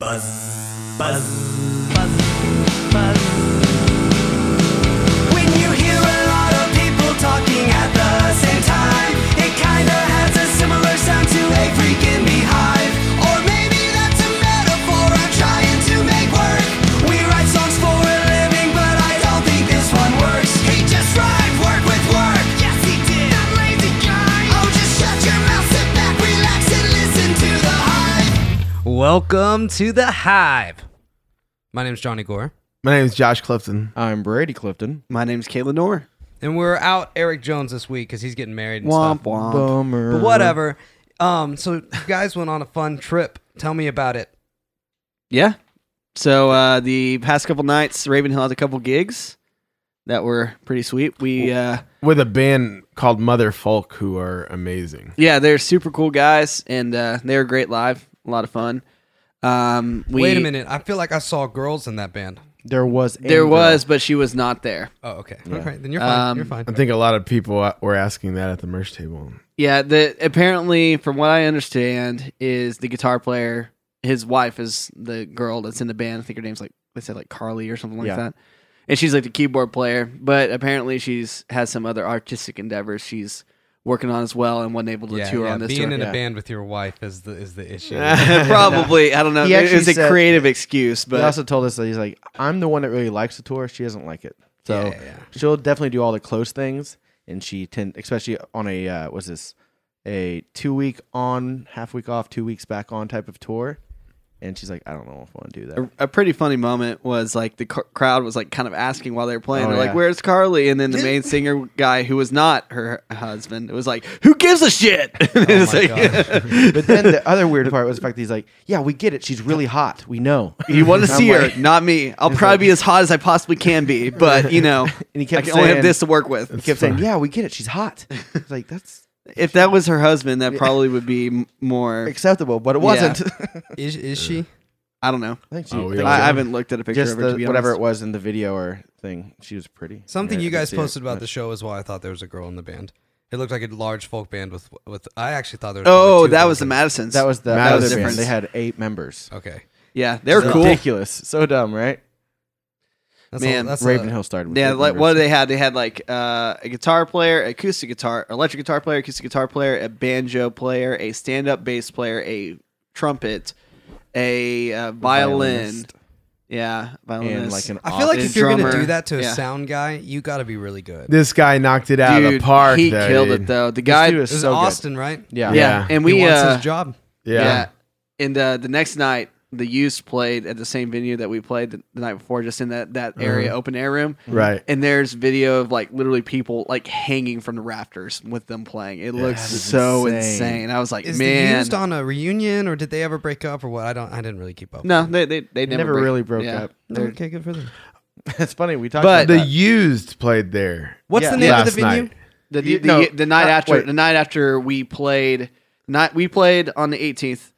Buzz, buzz, buzz, buzz. When you hear a lot of people talking at the same time, it kinda has a similar sound to a freaking beehive. Or maybe that's a metaphor I'm trying to make work. We write songs for a living, but I don't think this one works. He just rhymed work with work. Yes, he did. That lazy guy. Oh, just shut your mouth, sit back, relax, and listen to the hive. Welcome to the Hive. My name's Johnny Gore, My name is Josh Clifton. I'm Brady Clifton. My name's Caitlin Orr. and we're out Eric Jones this week because he's getting married and Womp stuff. womp. Bummer. But whatever. Um, so you guys went on a fun trip. Tell me about it. Yeah. So uh, the past couple nights, Ravenhill had a couple gigs that were pretty sweet. We uh, With a band called Mother Folk, who are amazing. yeah, they're super cool guys, and uh, they were great live. A lot of fun. Um, we, Wait a minute. uh, I feel like I saw girls in that band. There was. a There girl. was, but she was not there. Oh, okay. Okay, then you're fine. you're Um, fine. I think a lot of people were asking that at the merch table. Yeah, the apparently, from what I understand, is the guitar player. His wife is the girl that's in the band. I think her name's like they said like Carly or something like Yeah. that. And she's like the keyboard player, but apparently she's has some other artistic endeavors she's working on as well and wasn't able to Yeah, tour yeah, on this being tour. in yeah. a band with your wife is the is the issue. Probably, I don't know. He It was actually a said- creative excuse, But but he also told us that he's like, I'm the one that really likes the tour. She doesn't like it, so Yeah, yeah. she'll definitely do all the close things. And she tend, especially on a uh, what's this, a two week on, half week off, two weeks back on type of tour. And she's like, I don't know if I want to do that. a pretty funny moment was like the cr- crowd was like kind of asking while they were playing. Oh, They're like, yeah. "Where's Carly?" And then the main singer guy, who was not her husband, was like, "Who gives a shit?" Oh It's my like- But then the other weird part was the fact that he's like, Yeah, we get it. She's really hot. We know. you want to I'm see like- her, not me. I'll probably be as hot as I possibly can be, but you know, And he kept I can only have saying- this to work with. He kept saying, Yeah, we get it. She's hot. It's like that's If that was her husband, that probably would be m- more. acceptable, but it Yeah. wasn't. Oh, Is is she? I don't know. I think she- Oh, we think all- I, I she- haven't looked at a picture just of her. the- to be whatever honest. it was in the video or thing. She was pretty. Something Yeah, you I can guys see it. posted about the show is why I thought there was a girl in the band. It looked like a large folk band with with. I actually thought there. was Oh, probably two that was the girls Madisons. That was the That other was band. different. They had eight members. in- Okay, yeah, they were So- cool. Ridiculous. So dumb, right? that's Man, a, that's a, Ravenhill started with. Yeah, eight like members. what do they had? They had like uh, a guitar player, acoustic guitar, electric guitar player, acoustic guitar player, a banjo player, a stand-up bass player, a trumpet, a uh, violin. Violinist. Yeah, violinist. and like an. I feel like the if you're gonna drummer- do that to a yeah. sound guy, you got to be really good. This guy knocked it out of the dude, park. he though, killed dude. it though. The guy guy, This is so Austin, right? Good. Yeah. yeah. Yeah. and he we wants uh, his job. Yeah. yeah. and uh, the next night, the Used played at the same venue that we played the, the night before, just in that that area, open air room. Right. and there's video of like literally people like hanging from the rafters with them playing. It looks That is so insane. insane. I was like, Is man, the used on a reunion or did they ever break up or what? I don't. I didn't really keep up. no, they they, they never, never break- really broke yeah. up. They're- okay, good for them. it's funny we talked But- uh, about The that. Used played there. What's Yeah. the name of Last the venue? night. The, the, You- no, the night uh, after wait. the night after we played, not we played on the 18th.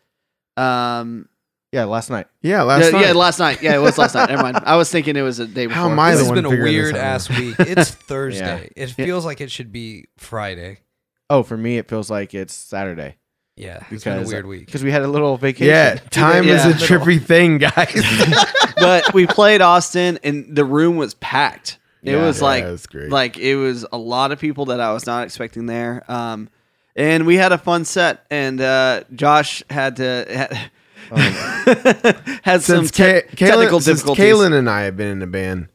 Um, yeah last night. Yeah, last yeah, night. yeah, last night. Yeah, it was last night. Never mind. I was thinking it was a day before. How am I This the has one been a figuring this weird out? ass week. It's Thursday. It Yeah. feels like it should be Friday. Oh, for me it feels like it's Saturday Yeah, it's been a uh, because weird week. because we had a little vacation. yeah, time Yeah. is a trippy thing, guys. but we played Austin, and the room was packed. It Yeah. was Yeah, like it was great. like it was a lot of people that I was not expecting there. Um, and we had a fun set, and uh, Josh had to had, had some Oh. since te- Ka- technical Kaylin, since difficulties. Kaylin and I have been in the band.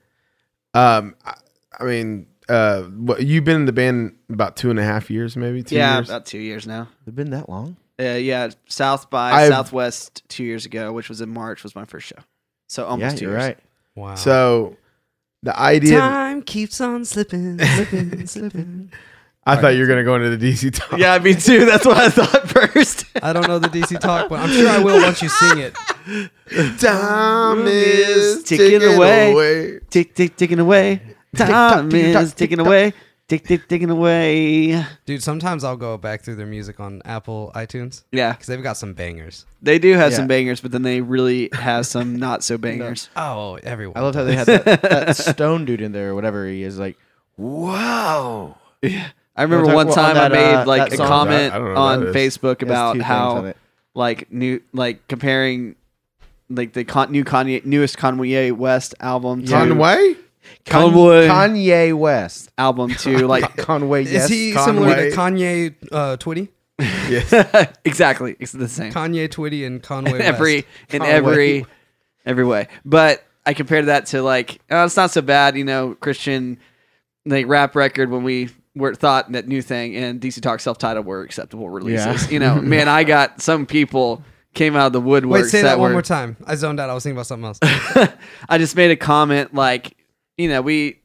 Um, I, I mean, uh, what, you've been in the band about two and a half years, maybe two yeah, years. about two years now. It's been that long. Uh, yeah, South by I've- Southwest two years ago, which was in March, was my first show. So almost yeah, two you're years. right. Wow. So the idea, time keeps on slipping, slipping, slipping. I thought you were gonna go into the DC talk. Yeah, me too. That's what I thought first. I don't know the DC talk, but I'm sure I will once you sing it. time is Ticking ticking away. away. tick tick ticking away. Time is ticking away. Tick tick ticking away. Dude, sometimes I'll go back through their music on Apple iTunes Yeah, because they've got some bangers. they do have Yeah. some bangers, but then they really have some not so bangers. Oh, everyone. I love how they had that, that stone dude in there or whatever he is like. Wow. I remember talk one about time that, I made uh, like that a song. comment I don't know what on that is. Facebook It has two about things on how it. like new like comparing like the con- new Kanye newest Kanye West album to Conway? Conway Kanye West. album to like Conway. Is yes. he Conway. similar to Kanye uh, Twitty? exactly it's the same Kanye Twitty and Conway in every West. in Conway. every every way. But I compared that to like oh, it's not so bad, you know, Christian like rap record when we were thought that new thing and DC Talk self titled were acceptable releases. Yeah. You know, man, I got some people came out of the woodwork. Wait, say that, one more time. I zoned out. I was thinking about something else. I just made a comment like, you know, we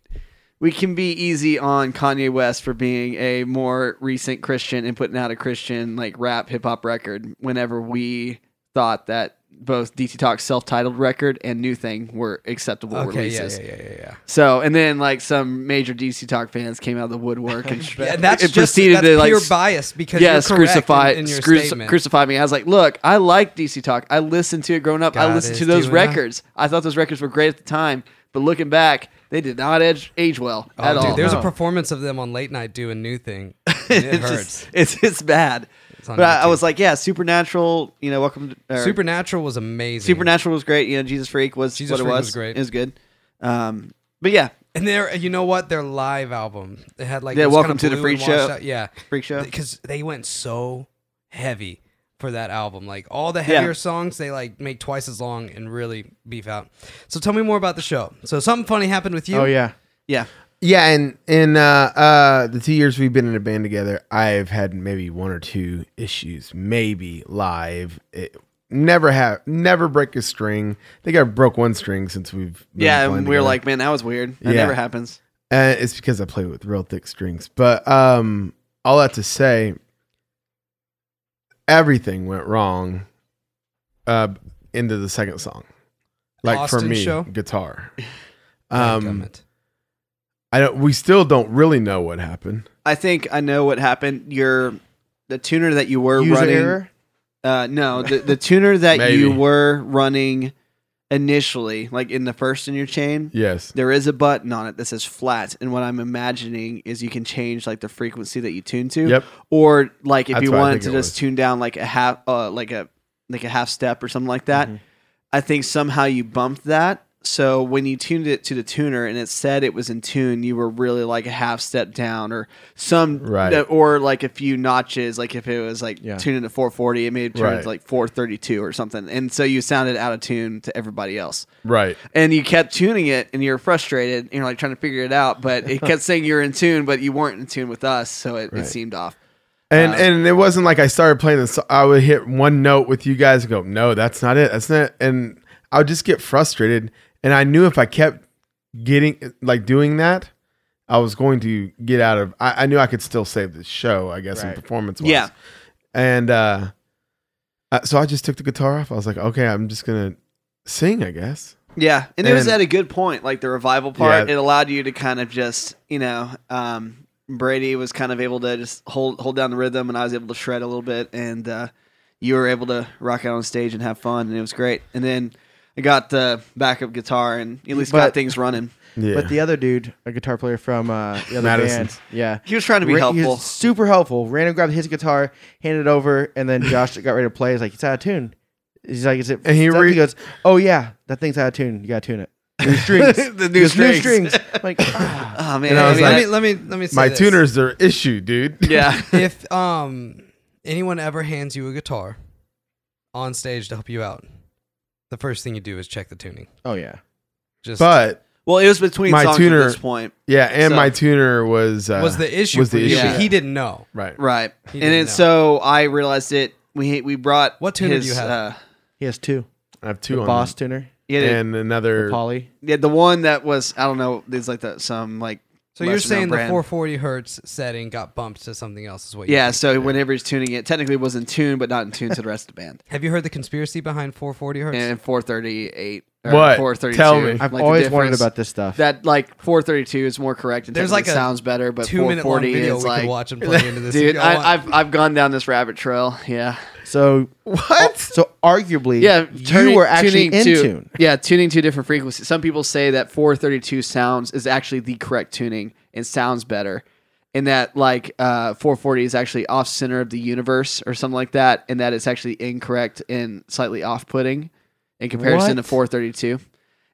we can be easy on Kanye West for being a more recent Christian and putting out a Christian like rap hip hop record whenever we thought that both DT Talk's self titled record and New Thing were acceptable okay, yeah, releases. yeah, yeah, yeah, yeah. So and then like some major DC Talk fans came out of the woodwork and, And that's it just proceeded that's to like pure s- bias because yes, you're correct crucify, in, in your cruci- statement. crucify me. I was like, look, I like DC Talk. I listened to it growing up. I God listened to is those doing that. records. I thought those records were great at the time, but looking back, they did not age, age well at Oh, dude, all. there's No. a performance of them on late night doing new thing. and It it's hurts. just it's it's bad. on but I, I YouTube. was like, yeah, Supernatural. You know, welcome. To, or, Supernatural was amazing. Supernatural was great. You know, Jesus Freak was Jesus what it Freak was. was great. It was good. Um, but yeah, And their, you know what, their live album. It had like Yeah, it was Welcome kinda to the blue and Freak Show. washed out- Yeah, Freak Show. Because they went so heavy for that album. Like all the Yeah. heavier songs, they like make twice as long and really beef out. So tell me more about the show. So something funny happened with you. Oh yeah. yeah. Yeah, and in uh, uh, the two years we've been in a band together, I've had maybe one or two issues, maybe live. It, never have, never break a string. I think I broke one string since we've been Yeah, playing and we were together. like, man, that was weird. That Yeah. never happens. Uh, it's because I play with real thick strings. But um, all that to say, everything went wrong uh, into the second song. Like for Austin me, show? guitar. God Um, dammit. I don't. We still don't really know what happened. I think I know what happened. Your the tuner that you were running. Uh, no, the, the tuner that Maybe. you were running initially, like in the first in your chain, Yes. there is a button on it that says flat. And what I'm imagining is you can change like the frequency that you tune to. Yep. Or like if That's you what I wanted think to it just was. tune down like a half, uh, like a like a half step or something like that. Mm-hmm. I think somehow you bumped that. So when you tuned it to the tuner and it said it was in tune, you were really like a half step down or some uh, Right. or like a few notches. Like if it was like Yeah. tuned into 440, it may have turned Right. to like 432 or something. And so you sounded out of tune to everybody else. Right. And you kept tuning it and you're frustrated and you're like trying to figure it out. But it kept saying you're in tune, but you weren't in tune with us. So it, it seemed off. And and it wasn't like I started playing this. I would hit one note with you guys and go, no, that's not it. That's not. it." And I would just get frustrated. And I knew if I kept getting like doing that, I was going to get out of. I, I knew I could still save the show. I guess Right. in performance. Yeah. And uh, uh, so I just took the guitar off. I was like, okay, I'm just gonna sing. I guess. Yeah, and, it was And- at a good point, like the revival part. Yeah. It allowed you to kind of just, you know, um, Brady was kind of able to just hold hold down the rhythm, and I was able to shred a little bit, and uh, you were able to rock out on stage and have fun, and it was great. And then I got the backup guitar, and at least got But- things running. Yeah. But the other dude, a guitar player from uh, the other Madison. band, yeah, He was trying to be Ra- he was helpful. super helpful. Ran and grabbed his guitar, handed it over, and then Josh got ready to play. He's like, "It's out of tune." He's like, "Is it?" And he it's out of re- tune?" goes, "Oh yeah, that thing's out of tune. You gotta tune it." New strings. The new He goes, strings. I'm like, ah. Oh man, And I I was mean, let that- me let me let me say My this. tuners are issue, dude. yeah, if um anyone ever hands you a guitar on stage to help you out, the first thing you do is check the tuning. oh yeah. Just But well, it was between My songs tuner- at this point, yeah, and So- my tuner was uh, was the issue was for the you? issue. Yeah. He didn't know. Right. right? He And didn't then, know. so I realized it. We we brought What tuner do his, you have? Uh, He has two. I have The two on boss tuner, he had a- and another Polly. Yeah, the one that was I don't know. There's like that some like. So you're lesser known saying the brand. 440 hertz setting got bumped to something else? Is what? you Yeah, think. so whenever he's tuning it, technically it was in tune, but not in tune to the rest of the band. Have you heard the conspiracy behind 440 hertz? And 438 or What? 432. Tell me. like, I've the always wondered difference. about this stuff. that. Like 432 is more correct and There's technically like a sounds better, but Two minute long 440 video is we like could watch and play into this. if dude. y'all want. I, I've I've gone down this rabbit trail. Yeah, so oh, What? so arguably, yeah. you turning- were actually tuning in to- tune. Yeah, tuning to different frequencies. Some people say that 432 sounds is actually the correct tuning and sounds better, and that like uh, 440 is actually off center of the universe or something like that, and that it's actually incorrect and slightly off putting. in comparison What? to 432.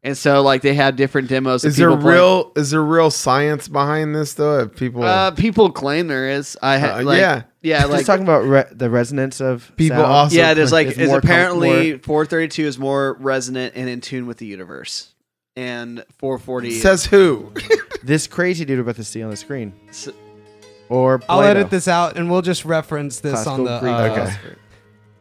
And so like they had different demos. of Is there people playing- real is there real science behind this though? If people Uh, people claim there is. I ha- Uh, like, yeah. yeah, yeah, Just like talking about re- the resonance of People sound. also- yeah. There's like It's is more com- apparently 432 is more resonant and in tune with the universe, and 440 says who? this crazy dude about to see on the screen. S- Or I'll Plato. edit this out and we'll just reference this Classical on the. Greek uh, Okay. philosopher.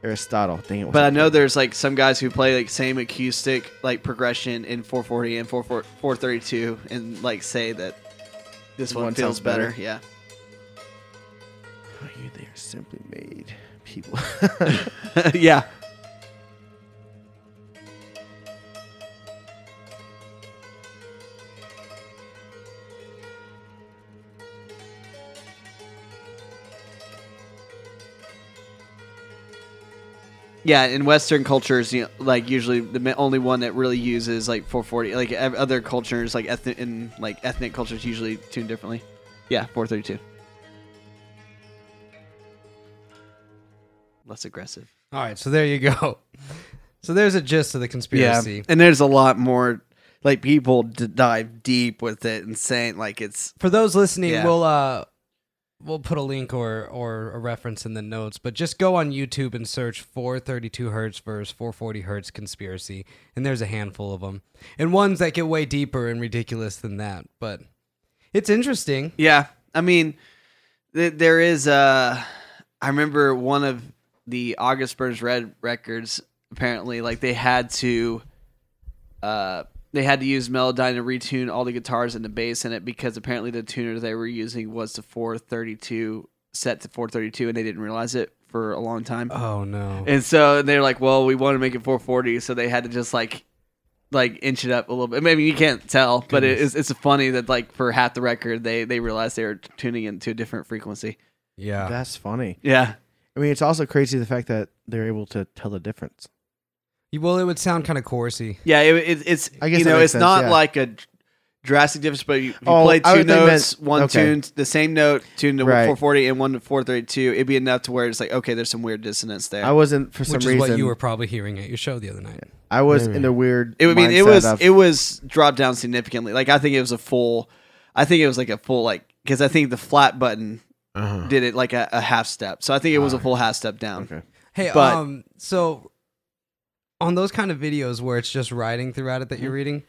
Aristotle. Dang it. But I know there's like some guys who play like same acoustic like progression in 440 and 44 432 and like say that this one, One feels sounds better. better. Yeah. Oh, you, they are simply made people. yeah. Yeah, in Western cultures, you know, like usually the ma- only one that really uses like 440, like ev- other cultures, like ethnic in like ethnic cultures usually tune differently. Yeah, 432. Less aggressive. All right, so there you go. So there's a gist of the conspiracy. and there's a lot more like people d- dive deep with it and saying like it's For those listening, Yeah. we'll uh, we'll put a link or or a reference in the notes. But just go on YouTube and search 432 hertz versus 440 hertz conspiracy, and there's a handful of them, and ones that get way deeper and ridiculous than that. But it's interesting. yeah. I mean, th- there is uh, I remember one of the August Burns Red records. Apparently, like they had to, uh, they had to use Melodyne to retune all the guitars and the bass in it because apparently the tuner they were using was to 432 set to 432 and they didn't realize it for a long time. Oh no. And so they're like, well, we want to make it 440, so they had to just like, like inch it up a little bit. I mean, you can't tell, but it is, it's funny that like for half the record, they they realized they were tuning into a different frequency. yeah. That's funny. Yeah, I mean, it's also crazy the fact that they're able to tell the difference. well, it would sound kind of chorusy. yeah. It, it, it's I guess you that know, makes it's sense, not yeah. like a dr- drastic difference, but you, if you Oh, play I two would think notes, that- one okay. tuned the same note tuned to Right. 440 and one to 432. It'd be enough to where it's like, okay, there's some weird dissonance there. I wasn't for some Which is reason. what you were probably hearing at your show the other night. I was in the weird. It would mean it mindset was of- it was dropped down significantly. Like I think it was a full, I think it was like a full like because I think the flat button Uh-huh. did it like a, a half step. So I think it was a full half step down. okay. Hey, But- um, so on those kind of videos where it's just writing throughout it that you're reading,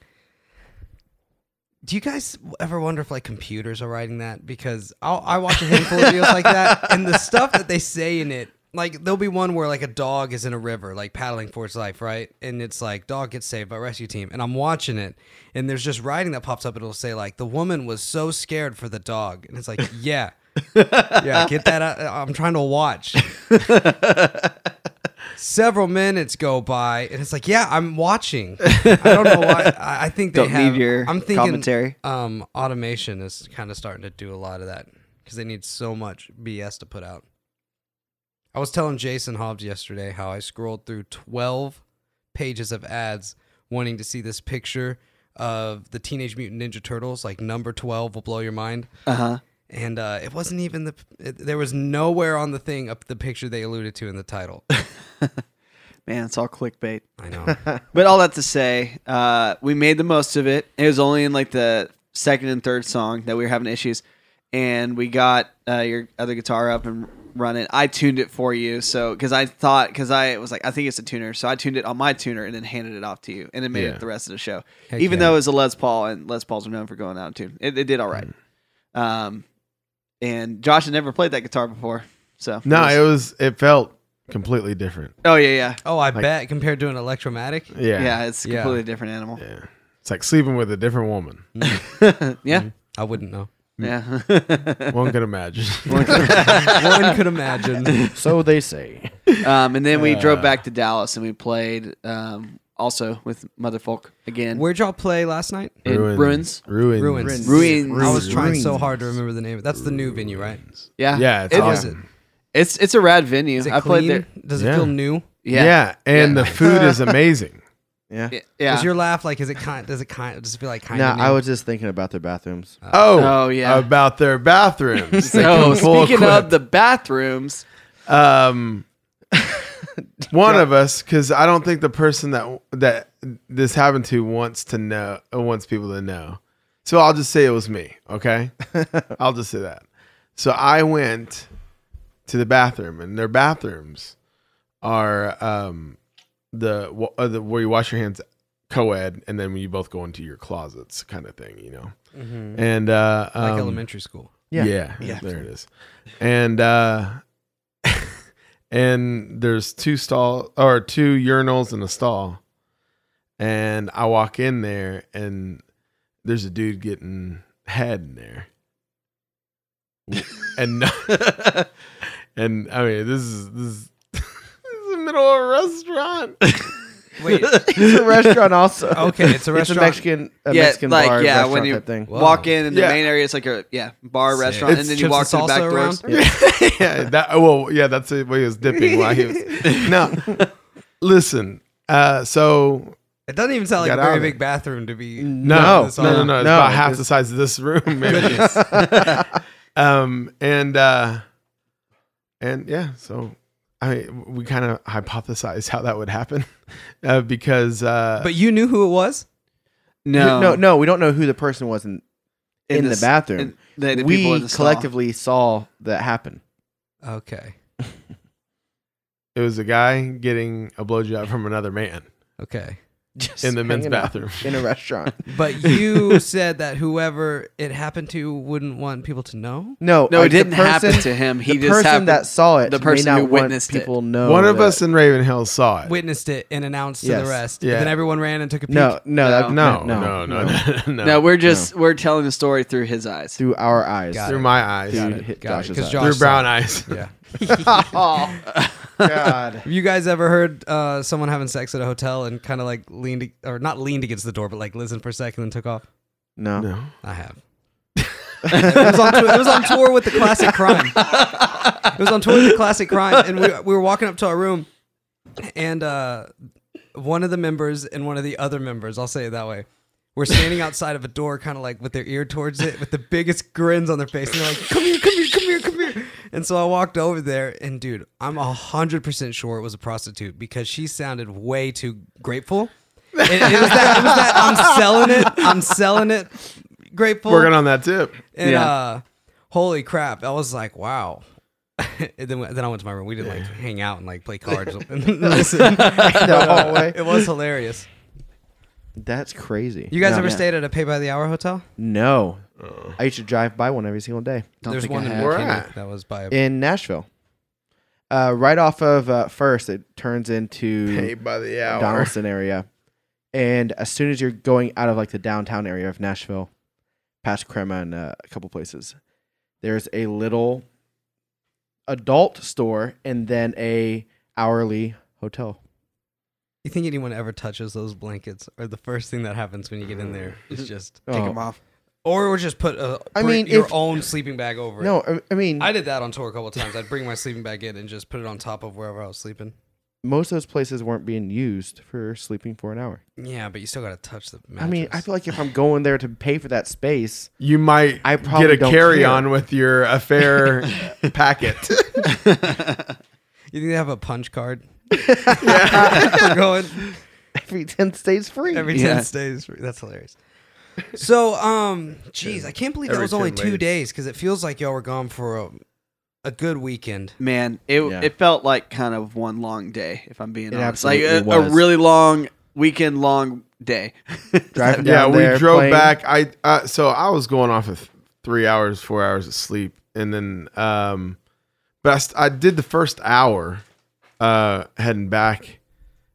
do you guys ever wonder if like computers are writing that? Because I'll, I watch a handful of videos like that, and the stuff that they say in it, like there'll be one where like a dog is in a river, like paddling for its life, right? And it's like dog gets saved by rescue team, and I'm watching it, and there's just writing that pops up. It'll say like the woman was so scared for the dog, and it's like yeah. yeah, get that out. uh, I'm trying to watch several minutes go by and it's like yeah i'm watching i don't know why i, I think they Don't need have your i'm thinking commentary. um automation is kind of starting to do a lot of that because they need so much bs to put out i was telling jason hobbs yesterday how i scrolled through 12 pages of ads wanting to see this picture of the teenage mutant ninja turtles like number 12 will blow your mind Uh huh. and uh, it wasn't even the it, there was nowhere on the thing up the picture they alluded to in the title Man, it's all clickbait. i know But all that to say, uh, we made the most of it. It was only in like the second and third song that we were having issues, and we got uh, your other guitar up and running. I tuned it for you, so because I thought because I was like, I think it's a tuner, so I tuned it on my tuner and then handed it off to you, and then made Yeah. it the rest of the show. Heck Even yeah. though it was a Les Paul, and Les Pauls are known for going out of tune, it, it did all right. Um, and Josh had never played that guitar before, so No, it was it felt completely different. oh yeah, yeah, Oh, I bet compared to an electromatic. Yeah. yeah, it's a Yeah. completely different animal. Yeah. It's like sleeping with a different woman. Yeah, I wouldn't know. yeah. One could imagine. One could imagine. So they say. Um, and then we Uh. drove back to Dallas and we played um, also with Motherfolk again. Where'd y'all play last night? in Ruins. Ruins. Ruins. Ruins. I was Ruins. trying so hard to remember the name. That's the new venue, right? Yeah, Yeah, it's It- How awesome. is it? it's it's a rad venue. Is it I clean? played there. Does it Yeah. feel new? Yeah. Yeah, yeah. And the food is amazing. Yeah. yeah. Is your laugh like? Is it kind? Does it kind? Does it feel like kind? No, of I was just thinking about their bathrooms. Oh, Oh, yeah. Oh, About their bathrooms. They so come full speaking equipped. of the bathrooms, um one of us because I don't think the person that that this happened to wants to know uh, wants people to know. So I'll just say it was me. Okay, I'll just say that. So I went to the bathroom, and their bathrooms are um, the wa- uh, the where you wash your hands co-ed, and then you both go into your closets, kind of thing, you know. And uh, like um, elementary school. yeah. Yeah. There it is. And uh and there's two stall or two urinals in a stall. And I walk in there and there's a dude getting head in there. and and I mean this is this is, this is the middle of a restaurant. Wait, it's a restaurant also. Okay, it's a restaurant. It's a Mexican, a Yeah, Mexican like, bar, yeah, restaurant when you- type thing. Whoa. Walk in, and Yeah. the main area is like a yeah bar Sick. restaurant, It's and then you chips walk and through the salsa back doors. around? yeah, that well, yeah, that's the way he was dipping while he was No. Listen, uh so it doesn't even sound like Got a out very of big it. bathroom to be. No, this no, all no, no, out. It's No, about half it's- the size of this room, maybe. um, and uh, and yeah, so I mean, we kind of hypothesized how that would happen uh, because uh, But you knew who it was. No, no, no, we don't know who the person was in, in, the this- bathroom. in- the- the people we in the stall. collectively saw that happen. Okay. it was a guy getting a blowjob from another man Okay. Just in the men's hanging out bathroom. in a restaurant. But you said that whoever it happened to wouldn't want people to know. No, No, like, it didn't the person, happen to him. He the just person happened- that saw it. the may person not who want witnessed it. people know. One of Oh, that- us in Ravenhill saw it. Witnessed it and announced to Yes. the rest. Yeah. And then everyone ran and took a peek. No, no, that- no, no, no, no, no, no, we're just we're telling the story through his eyes. through our eyes. Got through my eyes, Dude, through hit Got it, Josh's 'cause eyes. Josh- brown eyes. Yeah. God. Have you guys ever heard uh, someone having sex at a hotel and kind of like leaned or not leaned against the door, but like listened for a second and took off? No. No. I have. it, was on tour, it was on tour with the classic crime. It was on tour with the classic crime, and we, we were walking up to our room, and uh, one of the members and one of the other members, I'll say it that way, were standing outside of a door, kind of like with their ear towards it, with the biggest grins on their face, and they're like, "Come here, come here, come here, come here." And so I walked over there, and dude, I'm hundred percent sure it was a prostitute because she sounded way too grateful. It, it was that, it was that I'm selling it, I'm selling it. Grateful. Working on that tip. And Yeah. uh, holy crap! I was like, wow. And then then I went to my room. We didn't like hang out and like play cards and listen. hallway. It was hilarious. That's crazy. You guys no. ever yeah. stayed at a pay by the hour hotel? No. I used to drive by one every single day Don't There's think one I in have. Where Burkina at? that was by. A, in Nashville. Uh, right off of uh, first, it turns into Paid by the hour. Donaldson area, and as soon as you're going out of like the downtown area of Nashville, past Crema and uh, a couple places, there's a little adult store and then a hourly hotel. you think anyone ever touches those blankets, or the first thing that happens when you get in there is just, Take Oh. him off. or or just put a, I bring mean, your if- own sleeping bag over. it. No, I, I mean I did that on tour a couple times. I'd bring my sleeping bag in and just put it on top of wherever I was sleeping. most of those places weren't being used for sleeping for an hour. Yeah, but you still gotta touch the. I Mattress. mean, I feel like if I'm going there to pay for that space, You might I get probably a don't carry care. on with your affair packet. you think they have a punch card? We're going. every ten stays free. Every Yeah. ten stays. free. That's hilarious. So, um, jeez, I can't believe that Every was only 10 two ladies. days because it feels like y'all were gone for a, a good weekend. Man, it Yeah. it felt like kind of one long day. If I'm being It honest, like a, absolutely a was. really long weekend long day. Driving yeah, down we there, drove playing. back. I uh, so I was going off of three hours, four hours of sleep, and then um, but I, st- I did the first hour uh heading back,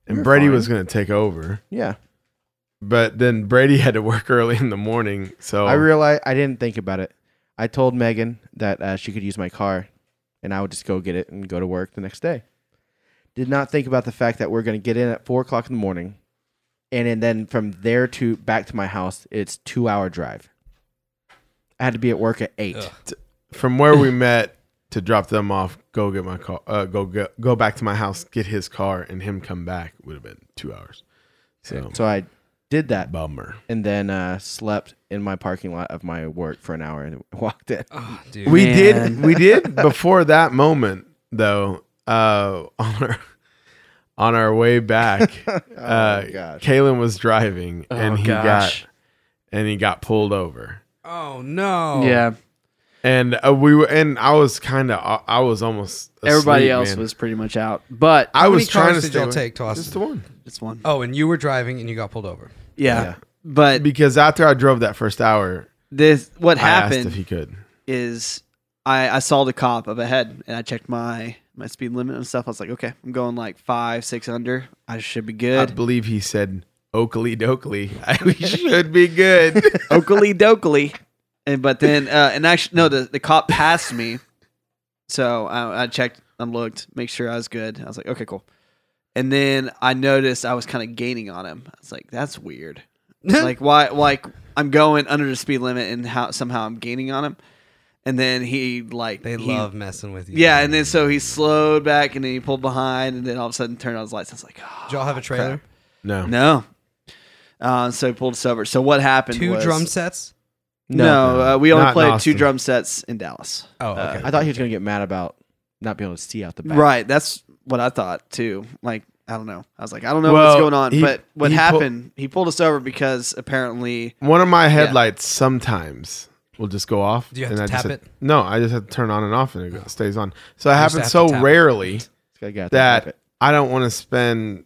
and Brady was going to take over, Yeah, but then Brady had to work early in the morning, Oh. so I realized I didn't think about it. I told Megan that uh, she could use my car, and I would just go get it and go to work the next day. Did not think about the fact that we're going to get in at four o'clock in the morning, and, and then from there to back to my house, it's two hour drive. I had to be at work at eight. from where we met to drop them off, go get my car, uh, go get, go back to my house, get his car, and him come back would have been two hours. So, So I did that, bummer. and then uh, slept in my parking lot of my work for an hour and walked in. Oh, dude. Ah, We Man. did. We did before that moment, though. Uh, on our, on our way back, Oh, uh, gosh. Kalen was driving and he gosh. got and he got pulled over. Oh no. Yeah, And uh, we were, and I was kind of, I was almost. everybody asleep, else man. was pretty much out, but I How was many trying cars to did stay y'all away. take to Austin? Just the one. it's one. Oh, and you were driving and you got pulled over. yeah. Yeah. but Because after I drove that first hour, this what I asked if happened he could. is I, I saw the cop up ahead and I checked my my speed limit and stuff. I was like, okay, I'm going like five, six under. I should be I good. believe he said Oakley Doakley. we should be good. Oakley dokley. And but then uh, and actually no, the, the cop passed me. So I, I checked, I looked, make sure I was good. I was like, okay, cool. And then I noticed I was kind of gaining on him. I was like, that's weird. like why like I'm going under the speed limit and how somehow I'm gaining on him. And then he like They he- love messing with you. Yeah, and then so he slowed back and then he pulled behind and then all of a sudden turned on his lights. I was like, oh, Did y'all have a trailer? No. no. Uh, so he pulled us over. So what happened? Two was- drum sets. No, uh, we only Not in played two Austin. drum sets in Dallas. Oh, Uh, okay. I thought he was gonna get mad about not being able to see out the back. Right, that's what I thought too. Like I don't know. I was like, I don't know Well, what's going on. he- but what he pull- happened? he pulled us over because apparently One of my headlights sometimes will just go off. Do you have to I just tap had- it? No, I just have to turn on and off, and it go- stays on. So it just have happens to so tap it. rarely This guy got that that. I don't want to spend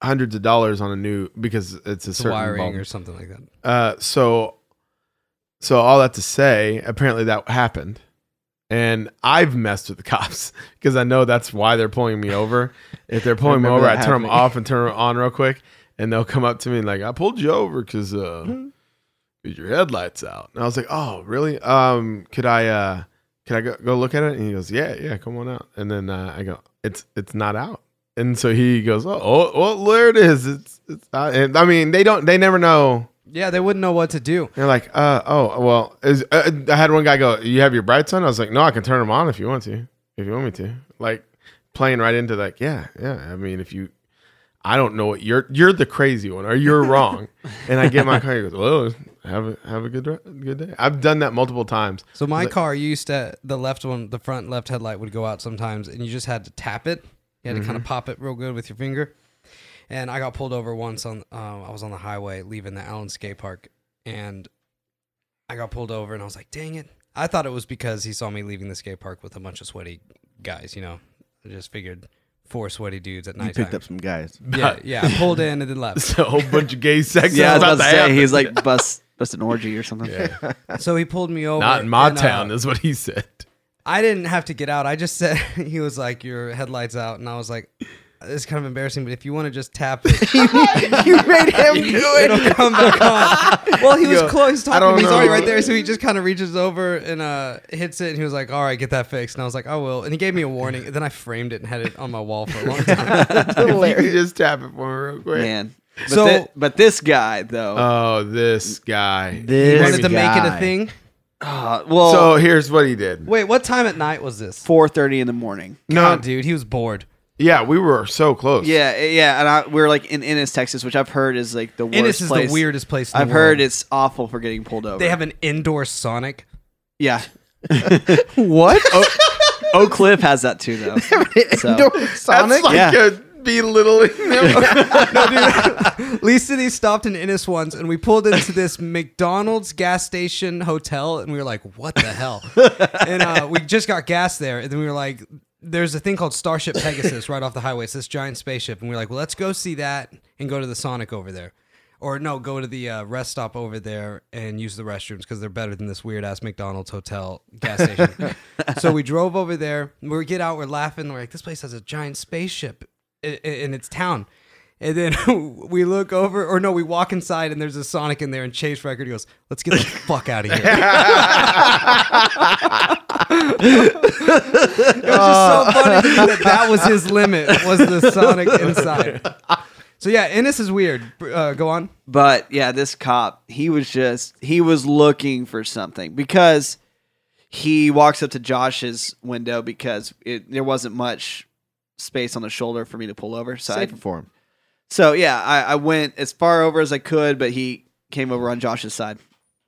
hundreds of dollars on a new because it's a It's certain wiring bulb. or something like that. Uh, so, so all that to say, apparently that happened, and I've messed with the cops because I know that's why they're pulling me over. If they're pulling me Remember over, I that turn them happening. off and turn 'em on real quick, and they'll come up to me and like, "I pulled you over because uh, Mm-hmm. 'cause your headlights out." And I was like, "Oh, really? Um, could I uh, could I go, go look at it?" And he goes, "Yeah, yeah, come on out." And then uh, I go, "It's it's not out." And so he goes, "Oh, oh, oh there it is. It's it's." Out. And I mean, they don't, they never know. Yeah, they wouldn't know what to do. They're like, uh, oh, well, is, uh, I had one guy go, you have your brights on? I was like, no, I can turn them on if you want to, if you want me to. Like, playing right into like, yeah, yeah. I mean, if you, I don't know what you're, you're the crazy one or you're wrong. and I get in my car, he goes, well, have a, have a good, dri- good day. I've done that multiple times. So my car used to the left one, the front left headlight would go out sometimes, and you just had to tap it. You had to Mm-hmm. kind of pop it real good with your finger. And I got pulled over once on. Um, I was on the highway leaving the Allen Skate Park, and I got pulled over, and I was like, "Dang it!" I thought it was because he saw me leaving the skate park with a bunch of sweaty guys. You know, I just figured four sweaty dudes at You night. picked up some guys. Yeah, yeah. I pulled in and then left. So a whole bunch of gay sex. yeah, is I was about about to to say happen. he's like bust bust an orgy or something. So he pulled me over. not in my and, uh, town is what he said. I didn't have to get out. I just said he was like, "Your headlights out," and I was like, "It's kind of embarrassing, but if you want to just tap it, you made him do it'll come back on." Well, he was Yo, close, I don't talking. He's already know. right there, so he just kind of reaches over and uh, hits it, and he was like, "All right, get that fixed." And I was like, "I will." And he gave me a warning. And then I framed it and had it on my wall for a long time. If you could just tap it for me real quick. Man. But So- thi- but this guy though. Oh, this guy. This Wanted to make it a thing. uh, well, So here's what he did. Wait, what time at night was this? four thirty in the morning. No, God, dude, he was bored. yeah, we were so close. Yeah, eh, yeah, and I, we're like in Ennis, Texas, which I've heard is like the worst. Ennis is place. the weirdest place. In the I've heard world. it's awful for getting pulled over. They have an indoor Sonic. yeah. what? Oak Cliff has that too, though. So- That's like Yeah. a belittling them. Lisa and he stopped in Innis once, and we pulled into this McDonald's gas station hotel, and we were like, "What the hell?" and uh, we just got gas there, and then we were like, "There's a thing called Starship Pegasus right off the highway. It's this giant spaceship," and we were like, "Well, let's go see that and go to the Sonic over there." Or no, go to the uh, rest stop over there and use the restrooms because they're better than this weird ass McDonald's hotel gas station. so we drove over there. We get out, we're laughing. We're like, this place has a giant spaceship in, in its town. And then we look over, or no, we walk inside, and there's a Sonic in there, and Chase Record goes, "Let's get the fuck out of here." it was Uh, just so funny to me that that was his limit was the Sonic inside. So yeah, Ennis is weird. Uh, go on. But yeah, this cop, he was just he was looking for something because he walks up to Josh's window because it, there wasn't much space on the shoulder for me to pull over. So I, Safe for him. so yeah, I, I went as far over as I could, but he came over on Josh's side,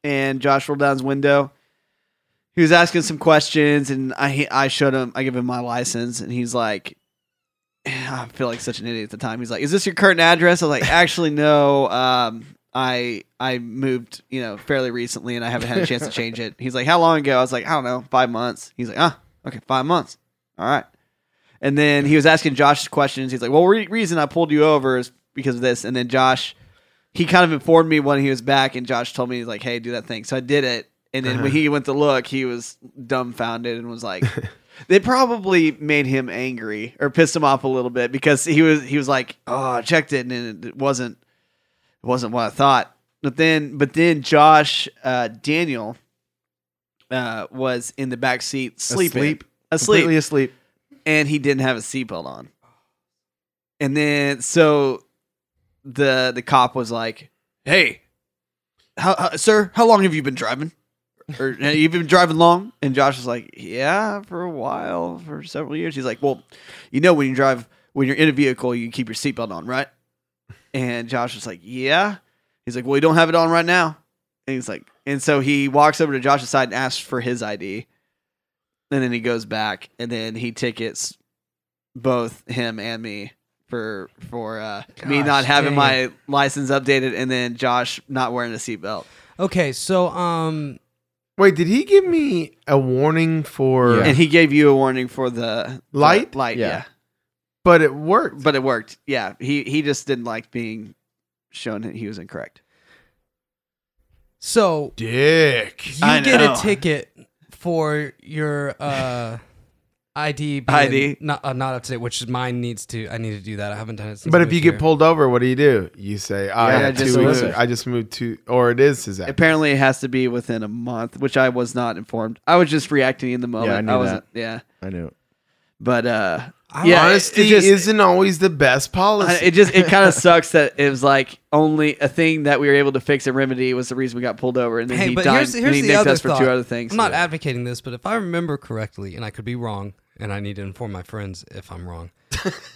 and Josh rolled down his window. He was asking some questions, and I he- I showed him I give him my license, and he's like, I feel like such an idiot at the time. He's like, "Is this your current address?" I was like, "Actually, no. Um, I I moved, you know, fairly recently, and I haven't had a chance to change it." He's like, "How long ago?" I was like, "I don't know, five months." He's like, "Ah, okay, five months. All right." And then he was asking Josh questions. He's like, "Well, re- reason I pulled you over is because of this." And then Josh, he kind of informed me when he was back, and Josh told me he's like, "Hey, do that thing." So I did it, and then Uh-huh. when he went to look, he was dumbfounded and was like, "They probably made him angry or pissed him off a little bit because he was he was like, "Oh, I checked it, and then it wasn't it wasn't what I thought." But then, but then Josh uh, Daniel uh, was in the back seat sleeping, Asleep. asleep Completely asleep. and he didn't have a seatbelt on. And then so the the cop was like, "Hey, how, how, sir, how long have you been driving? Or have you been driving long?" And Josh was like, "Yeah, for a while, for several years." He's like, "Well, you know when you drive when you're in a vehicle, you keep your seatbelt on, right?" And Josh was like, "Yeah." He's like, "Well, you don't have it on right now." And he's like, and so he walks over to Josh's side and asks for his ID and then he goes back and then he tickets both him and me for for uh, me Gosh, not having dang. my license updated and then Josh not wearing a seatbelt. Okay, so um, Wait, did he give me a warning for? Yeah. And he gave you a warning for the the Light? light, yeah. Yeah. But it worked. But it worked. Yeah, he he just didn't like being shown that he was incorrect. so Dick. you I get know. a ticket for your uh ID being ID. not uh, not up to date, which is mine needs to. I need to do that. I haven't done it. since But I if moved you here. get pulled over, what do you do? You say, I, Yeah, had just two weeks, listen. I just moved to, or it is his act. Apparently, it has to be within a month, which I was not informed. I was just reacting in the moment. I knew wasn't. Yeah, I knew. it. but uh, I- yeah, it- it Honesty just- isn't always the best policy. I- it just it kind of sucks that it was like only a thing that we were able to fix at remedy was the reason we got pulled over and then hey, he but died here's, and here's he the nicked other us for thought. two other things. I'm not advocating this, but if I remember correctly, and I could be wrong, and I need to inform my friends if I'm wrong.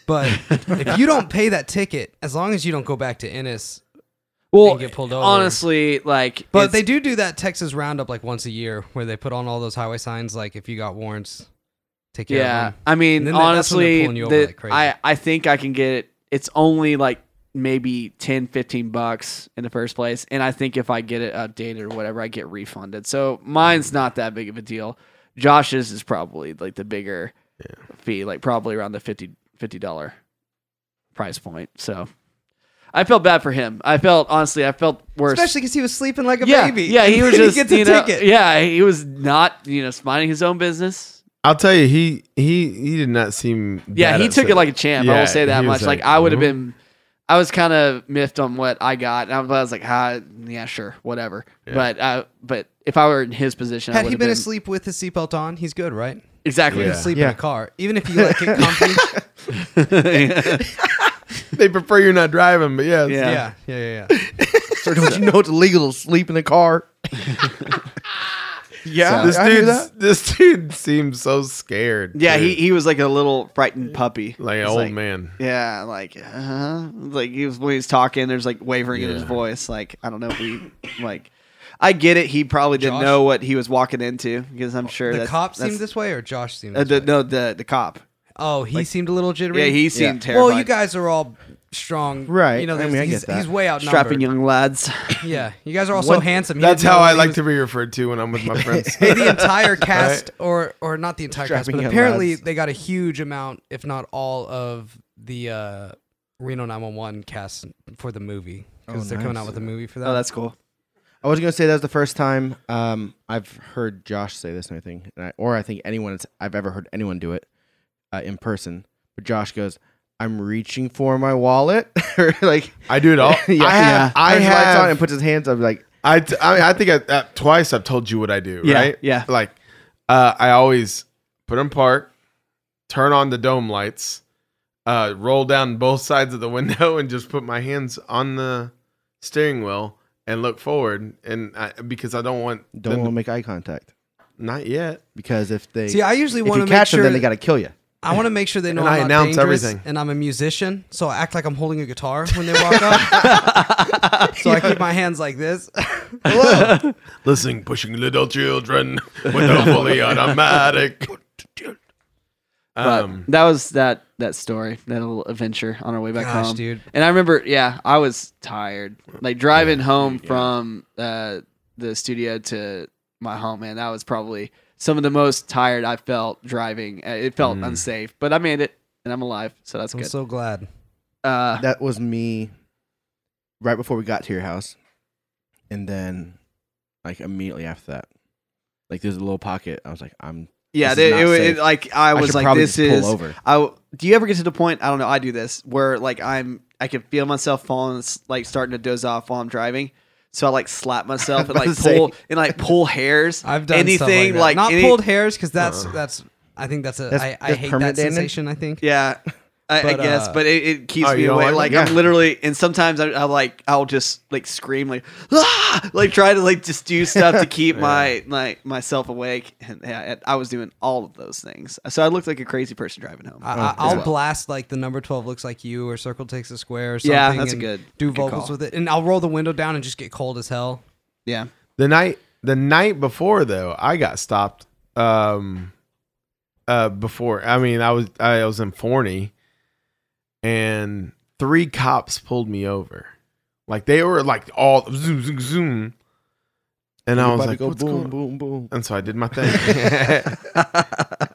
but if you don't pay that ticket, as long as you don't go back to Ennis, well, and get pulled over. honestly, like, but it's- they do do that Texas roundup like once a year, where they put on all those highway signs, like if you got warrants, take care yeah. of them. I mean, And then that- that's when they're honestly, pulling you over the- like crazy. I I think I can get it. It's only like maybe 10 15 bucks in the first place and i think if i get it updated or whatever i get refunded so mine's not that big of a deal josh's is probably like the bigger fee like probably around the 50 50 dollar price point so i felt bad for him i felt honestly i felt worse Especially because he was sleeping like a yeah, baby. Yeah, he And was then just gets a you know, ticket. yeah, he was not you know minding his own business. I'll tell you, he he he did not seem. Yeah, that he took upset. it like a champ. I Yeah, will say that he was much. Like, like, I would have "Mhm." been, I was kind of miffed on what I got, and I was, I was like, ah, yeah, sure, whatever. But uh, but if I were in his position, I Had he would've been, asleep with his seatbelt on, he's good, right? exactly. He Yeah. can sleep in Yeah. a car, even if you like get comfy. They prefer you're not driving, but yeah. Yeah. yeah, yeah, yeah. yeah. Sir, don't you know it's illegal to sleep in the car? yeah. So- This I knew dude, that. this dude seems so scared. Yeah, he, dude. he was like a little frightened puppy, like an He's old man. Yeah, like uh, like he was when he's talking, there's like wavering in his Yeah. voice. Like I don't know if we like. I get it. He probably didn't Josh? Oh, know what he was walking into because I'm sure The that's- cop seemed that's- this way, or Josh seemed. Uh, This the, way? no, the the cop. Oh, he seemed a little jittery. Yeah, he seemed terrified. Well, you guys are all strong, Right, You know, I there's- mean, I he's, get that. he's way outnumbered. strapping young lads. Yeah, you guys are all so What- handsome. He That's didn't how know I he like was- to be referred to when I'm with my friends. Hey, the entire cast, or or not the entire cast, Strapping but young apparently lads. they got a huge amount, if not all, of the uh, Reno 911 cast for the movie because Oh, they're coming out nice. with a movie for that. Oh, that's cool. I was gonna say that was the first time um, I've heard Josh say this, and I think, and I, or I think anyone that's, I've ever heard anyone do it uh, in person. But Josh goes, "I'm reaching for my wallet," or like I do it all. Yeah. Oh, I have. I turns the lights on and have. puts his hands up, like I, t- I, mean, I think I, uh, twice I've told you what I do, Yeah, right? yeah. Like, uh, I always put in park, turn on the dome lights, uh, roll down both sides of the window, and just put my hands on the steering wheel and look forward. And I, because I don't want, don't want to make eye contact not yet. because if they See, I usually if want you to make catch them, sure then they gotta kill you. I want to make sure they know And I'm I not announce dangerous everything. and I'm a musician, so I act like I'm holding a guitar when they walk up. so I keep my hands like this. Listen, pushing little children with a fully automatic. But Um, that was that that story, that little adventure on our way back Gosh, home, dude. And I remember, yeah, I was tired, like driving home from uh, the studio to my home. Man, that was probably some of the most tired I felt driving. Uh, It felt unsafe, but I made it, and I'm alive, so that's I'm good. so glad. uh, that was me right before we got to your house and then like immediately after that like there's a little pocket i was like i'm yeah, this is it, not it, safe. it- like I I was should like, probably this just pull is. over. I w- do you ever get to the point? I don't know. I do this where like I'm, I can feel myself falling, s- like starting to doze off while I'm driving. So I like slap myself and like about to pull say. and like pull hairs. I've done anything stuff like, that. not any- pulled hairs because that's Uh. that's. I think that's a. That's- I, I that's hate that permanent damage? sensation. I think. Yeah. I, But, I guess, uh, but it, it keeps Oh, me you don't away. like it? Like, I'm Yeah. literally, and sometimes I, I like, I'll just like scream, like, ah! like try to like just do stuff to keep my my myself awake. And yeah, I I was doing all of those things, so I looked like a crazy person driving Oh, home. I, I, I'll blast like the number twelve looks like you or circle takes a square or something. Yeah, that's a and good- do good vocals call. with it, and I'll roll the window down and just get cold as hell. yeah, The night the night before though, I got stopped. Um uh before I mean I was I was in Forney and three cops pulled me over. Like they were like all zoom zoom zoom. And I was like, go What's boom, going on? boom boom And so I did my thing.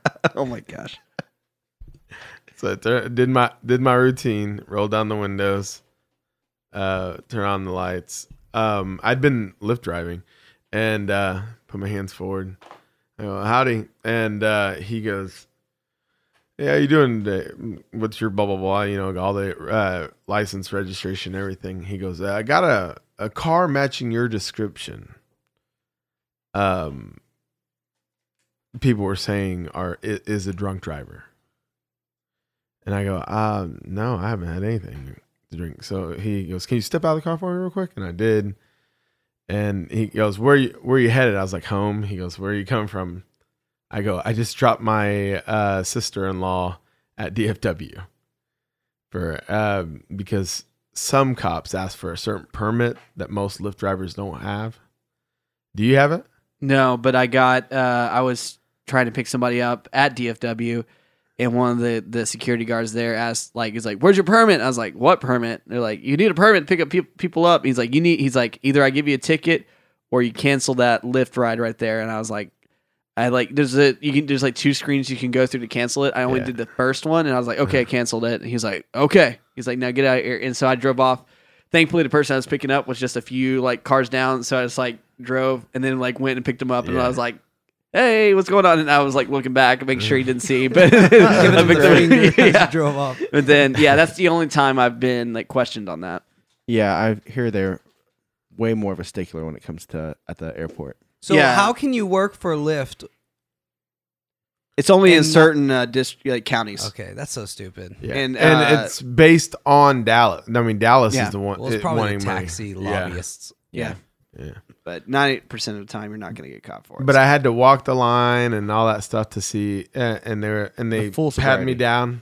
oh my gosh, so I tur- did my did my routine, rolled down the windows, uh, turn on the lights. Um, I'd been lift driving, and uh, put my hands forward. I go, "Howdy," and uh, he goes, "Yeah, how you doing today? What's your blah blah blah? You know, all the uh, license, registration, everything." He goes, "I got a a car matching your description." Um, people were saying are i- is a drunk driver. And I go, uh, no, I haven't had anything to drink. So he goes, can you step out of the car for me real quick? And I did. And he goes, where you, where you headed? I was like, home. He goes, where you come from? I go, I just dropped my uh, sister-in-law at DFW for uh, because some cops ask for a certain permit that most Lyft drivers don't have. Do you have it? no, but I got, uh, I was trying to pick somebody up at DFW, and one of the the security guards there asked, like, he's like, "Where's your permit?" I was like, "What permit?" They're like, "You need a permit to pick up peop people up." He's like, "You need," he's like, "Either I give you a ticket." or you cancel that Lyft ride right there. And I was like, I like there's a you can there's like two screens you can go through to cancel it. I only Yeah. Uh-huh. did the first one, and I was like, okay, I canceled it. And he was like, okay. He's like, now get out of here. And so I drove off. Thankfully, the person I was picking up was just a few like cars down, so I just like drove and then like went and picked him up, and I Yeah. was like. Hey, what's going on? And I was like looking back, making sure he didn't see. me, But Give I it picked the him- finger as you yeah. drove up. But then, yeah, that's the only time I've been like questioned on that. yeah i hear they're way more of a stickler when it comes to at the airport So Yeah. how can you work for Lyft? It's only in And- certain uh, dist- like counties. Okay, that's so stupid. Yeah. And, And, uh, it's based on Dallas. I mean, Dallas Yeah. is the one. Well, it's it probably wanting the money. taxi Yeah. lobbyists. Yeah. yeah. but 90% of the time you're not going to get caught for it. But I had to walk the line and all that stuff to see, uh, and they were and they The full pat me sobriety. down,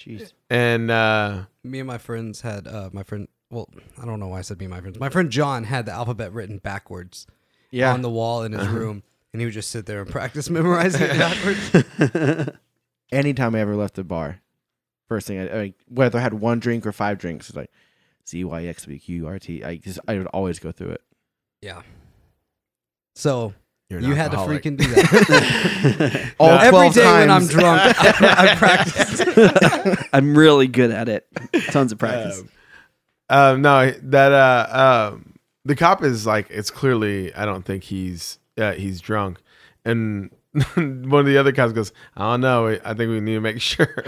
jeez and uh, Me and my friends had uh, my friend. Well, I don't know why I said me and my friends. My friend John had the alphabet written backwards yeah on the wall in Uh-huh. his room, and he would just sit there and practice memorizing it backwards. anytime i ever left the bar first thing i, I mean, whether i had one drink or five drinks it's like z-y-x-b-q-r-t i just i would always go through it yeah. So you're an you had to alcoholic. freaking do that all Yeah. every 12 day when I'm times. drunk. I, I practice. I'm really good at it. Tons of practice. Um, um, no, that uh, um, the cop is like it's clearly. I don't think he's uh, he's drunk, and one of the other cops goes, "I don't know. I think we need to make sure."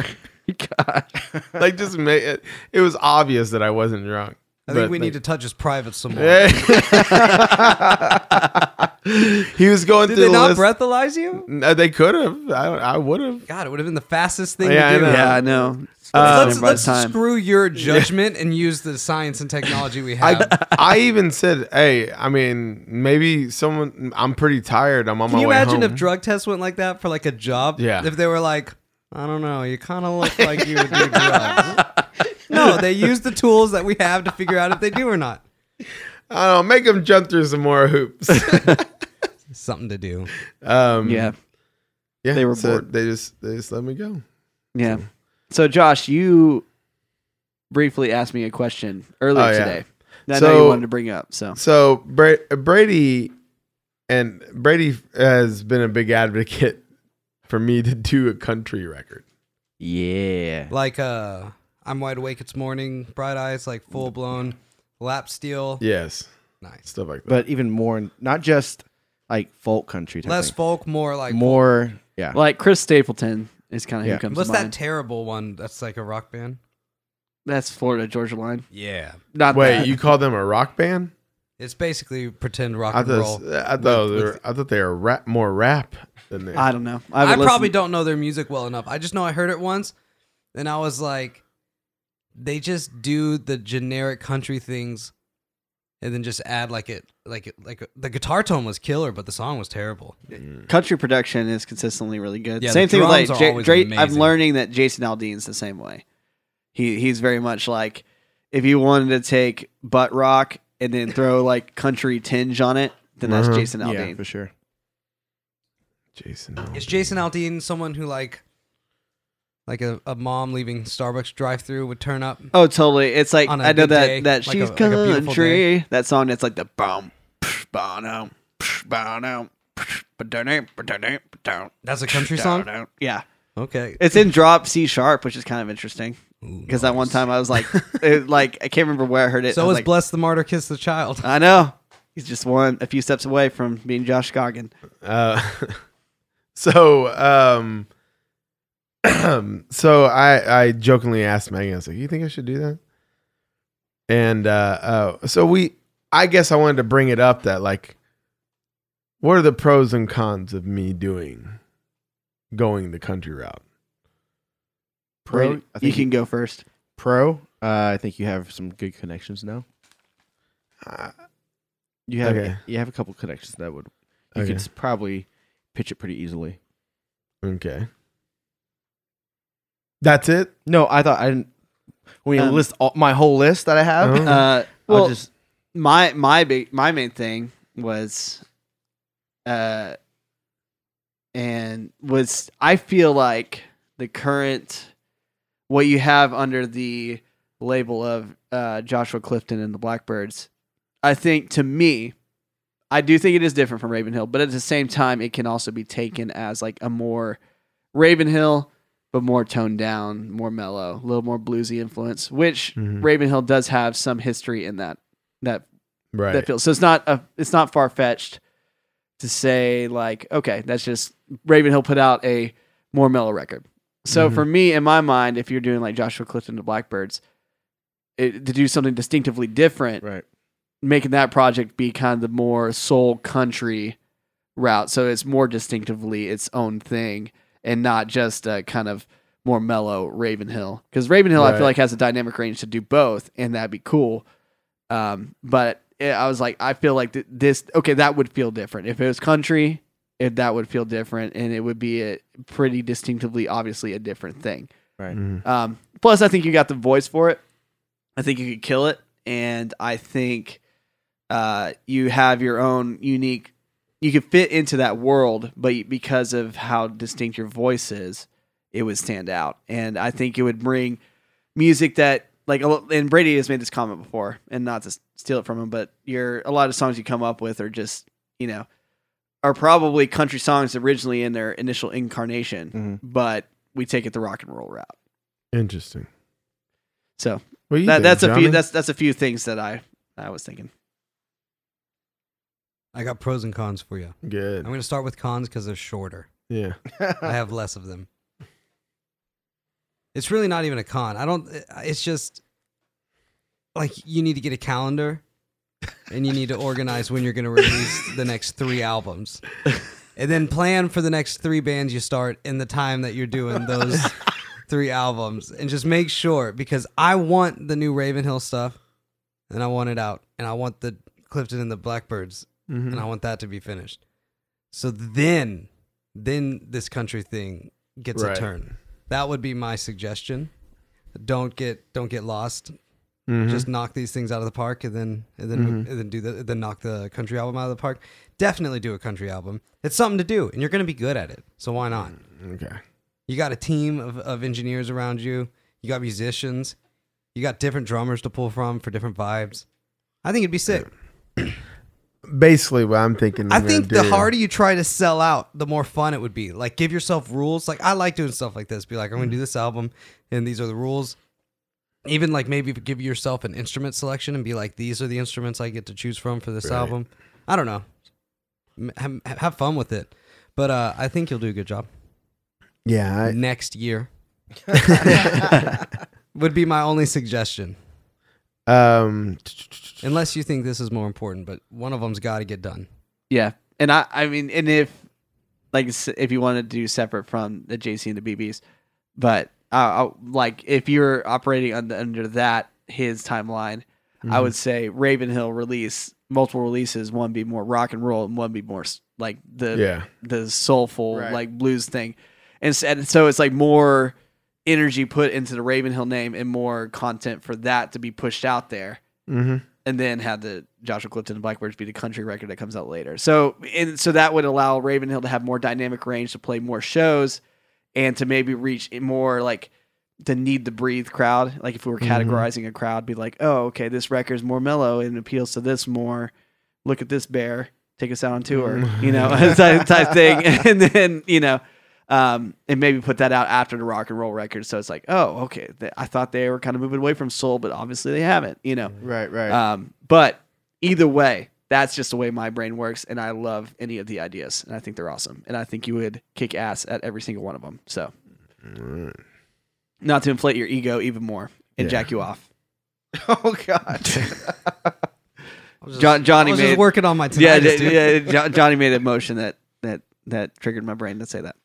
like just make it. It was obvious that I wasn't drunk. I think we need to touch his private some more. he was going Did through they the not list. breathalyze you? No, they could have. I, I would have. God, it would have been the fastest thing Oh, Yeah, I to do. know. yeah, I know. Let's, Everybody's Uh, let's time. screw your judgment and use the science and technology we have. I, I even said, "Hey, I mean, maybe someone. I'm pretty tired. I'm on Can my you way imagine home." if drug tests went like that for like a job? Yeah. If they were like, I don't know, you kind of look like you would do drugs. no, they use the tools that we have to figure out if they do or not. I don't know, make them jump through some more hoops. Something to do. um, Yeah. Yeah, They were so bored. They just they just let me go. Yeah. So Josh, you briefly asked me a question earlier Oh, yeah. today that I know you So- wanted to bring up. So So Bra- Brady and Brady has been a big advocate for me to do a country record. Yeah. Like uh, I'm wide awake. It's morning. Bright eyes, like full blown lap steel. Yes, Nice. stuff like that. But even more, not just like folk country. Type Less thing. folk, more like more. Yeah. like Chris Stapleton is kind of Yeah. who comes What's to that mind. terrible one? That's like a rock band. That's Florida Georgia Line. Yeah, Not Wait, that. you call them a rock band? it's basically pretend rock I and thought, roll. I thought, With- they were, I thought they were rap, more rap than they. I don't know. I, I, haven't probably listened- don't know their music well enough. I just know I heard it once, and I was like, they just do the generic country things, and then just add like it, like it, like the guitar tone was killer, but the song was terrible. Country production is consistently really good. Yeah, same the thing with like drums are J- always Dra- I'm amazing. learning that Jason Aldean's the same way. He he's very much like if you wanted to take butt rock and then throw like country tinge on it, then that's Uh-huh. Jason Mm-hmm. yeah, Aldean. for sure. Jason. no. Is Jason Aldean someone who like, like a, a mom leaving Starbucks drive-through would turn up? Oh, totally. It's like On a I know good that day, that like she's a- like a beautiful country. that song. It's like the boom, psh, bono, psh, bono, psh, ba-dum, ba-dum, ba-dum, That's a country song. ba-dum. Yeah, Okay. it's in drop C sharp, which is kind of interesting. Because that one time I was like, it, like I can't remember where I heard it. I So was is like, bless the martyr, kiss the child. I know he's just one a few steps away from being Josh Goggin. Uh, so um so I I jokingly asked Megan, I was like, You think I should do that? And uh oh so we I guess I wanted to bring it up that like what are the pros and cons of me doing going the country route? Pro. I you think can go first. pro. Uh, I think you have some good connections now. Uh, You have Okay. you have a couple connections that would you Okay. could s- probably pitch it pretty easily. okay. That's it? No, I thought I didn't. When you Um, list all, my whole list that I have, Uh-huh. Uh, I'll well, just my my big my main thing was uh and was I feel like the current what you have under the label of uh Joshua Clifton and the Blackbirds I think to me I do think it is different from Ravenhill but at the same time it can also be taken as like a more Ravenhill but more toned down, more mellow, a little more bluesy influence, which Mhm. Ravenhill does have some history in that that Right. that feels. So it's not a it's not far fetched to say like okay, that's just Ravenhill put out a more mellow record. So Mhm. for me, in my mind, if you're doing like Joshua Clifton and the Blackbirds, it, to do something distinctively different, right. making that project be kind of the more soul country route. So it's more distinctively its own thing and not just a kind of more mellow Ravenhill. Because Ravenhill, I Right. feel like, has a dynamic range to do both, and that'd be cool. Um, but it, I was like, I feel like th- this, okay, that would feel different. If it was country, it, that would feel different, and it would be a pretty distinctively, obviously, a different thing. Mhm. Um, plus, I think you got the voice for it. I think you could kill it, and I think uh, you have your own unique. You could fit into that world, but you- because of how distinct your voice is, it would stand out. And I think it would bring music that, like, a lo- and Brady has made this comment before, and not to s- steal it from him, but your a lot of songs you come up with are just, you know, are probably country songs originally in their initial incarnation, Mhm. but we take it the rock and roll route. Interesting. So What do you that, think, that's a Johnny? few that's that's a few things that I I was thinking. I got pros and cons for you. I'm good. going to start with cons because they're shorter. Yeah. I have less of them. It's really not even a con. I don't. It's just like you need to get a calendar, and you need to organize when you're going to release the next three albums, and then plan for the next three bands you start in the time that you're doing those three albums, and just make sure because I want the new Ravenhill stuff, and I want it out, and I want the Clifton and the Blackbirds Mhm. and I want that to be finished. So then, then this country thing gets Right. a turn. That would be my suggestion. Don't get don't get lost Mm-hmm. just knock these things out of the park, and then and then and then do the then knock the country album out of the park. Definitely do a country album. It's something to do, and you're going to be good at it. So why not? Mm-hmm. Okay. You got a team of, of engineers around you. You got musicians. You got different drummers to pull from for different vibes. I think it'd be sick. Basically, what I'm thinking. I I'm gonna think the do- harder you try to sell out, the more fun it would be. Like give yourself rules. Like I like doing stuff like this. Be like, I'm gonna do this album, and these are the rules. Even like maybe give yourself an instrument selection and be like, these are the instruments I get to choose from for this album. I don't know. M- Have, have fun with it, but uh, I think you'll do a good job Yeah. I, next year. would be my only suggestion, Um, unless you think this is more important. But one of them's got to get done. Yeah, and I, I mean, and if like s- if you wanted to do separate from the JC and the BBs, but uh, I, like if you're operating under, under that his timeline, Mm-hmm. I would say Ravenhill release multiple releases, one be more rock and roll and one be more s- like the yeah. the soulful Right. like blues thing, and, s- and so it's like more energy put into the Ravenhill name and more content for that to be pushed out there Mm-hmm. and then had the Joshua Clifton and Blackbirds be the country record that comes out later. So and so that would allow Ravenhill to have more dynamic range to play more shows and to maybe reach more like the need to breathe crowd. Like if we were categorizing a crowd, be like, oh, okay, this record's more mellow and appeals to this more. Look at this bear, take us out on tour, Mm. you know, type, type thing. And then, you know, um, and maybe put that out after the rock and roll record. So it's like, oh, okay. th- I thought they were kind of moving away from soul, but obviously they haven't, you know. Right, right. Um, but either way, that's just the way my brain works, and I love any of the ideas, and I think they're awesome, and I think you would kick ass at every single one of them. So, not to inflate your ego even more and Yeah. jack you off. oh God. I was just- John- Johnny I was just made- working on my Yeah, tinnitus, dude. yeah, Jo- Johnny made a motion that that that triggered my brain to say that.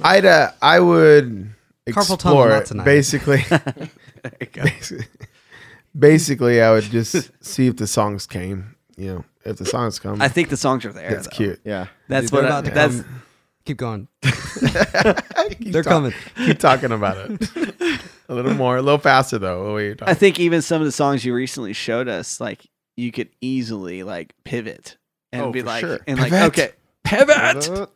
I'd uh, I would Carpal tunnel, explore not it. tonight. basically. basically, basically, I would just see if the songs came. You know, if the songs come, I think the songs are there. that's though. cute. Yeah. That's Mm. Dude, they're what. I, Um, about to that's come. Keep going. Keep They're talk- coming. Keep talking about it. a little more, a little faster though. The way you're I talking. think even some of the songs you recently showed us, like you could easily like pivot and Oh, be for like, sure. and like, Pivot. okay, pivot,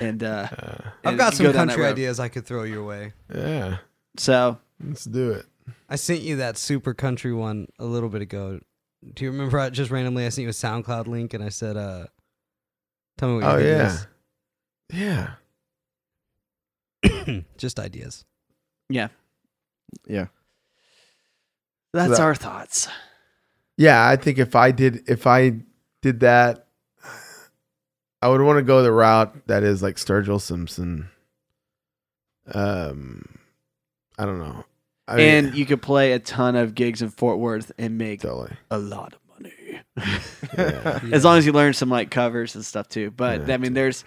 and uh, I've and got some go down that country road. ideas I could throw your way. yeah, So let's do it. I sent you that super country one a little bit ago. Do you remember? I just randomly I sent you a SoundCloud link and I said, uh, "Tell me what you Oh think of yeah, yeah. this." just ideas. Yeah. that's That- our thoughts. Yeah, I think if I did if I did that, I would want to go the route that is like Sturgill Simpson. Um, I don't know. I mean, and you could play a ton of gigs in Fort Worth and make totally. a lot of money. Yeah. As long as you learn some like covers and stuff too. But Yeah. I mean, there's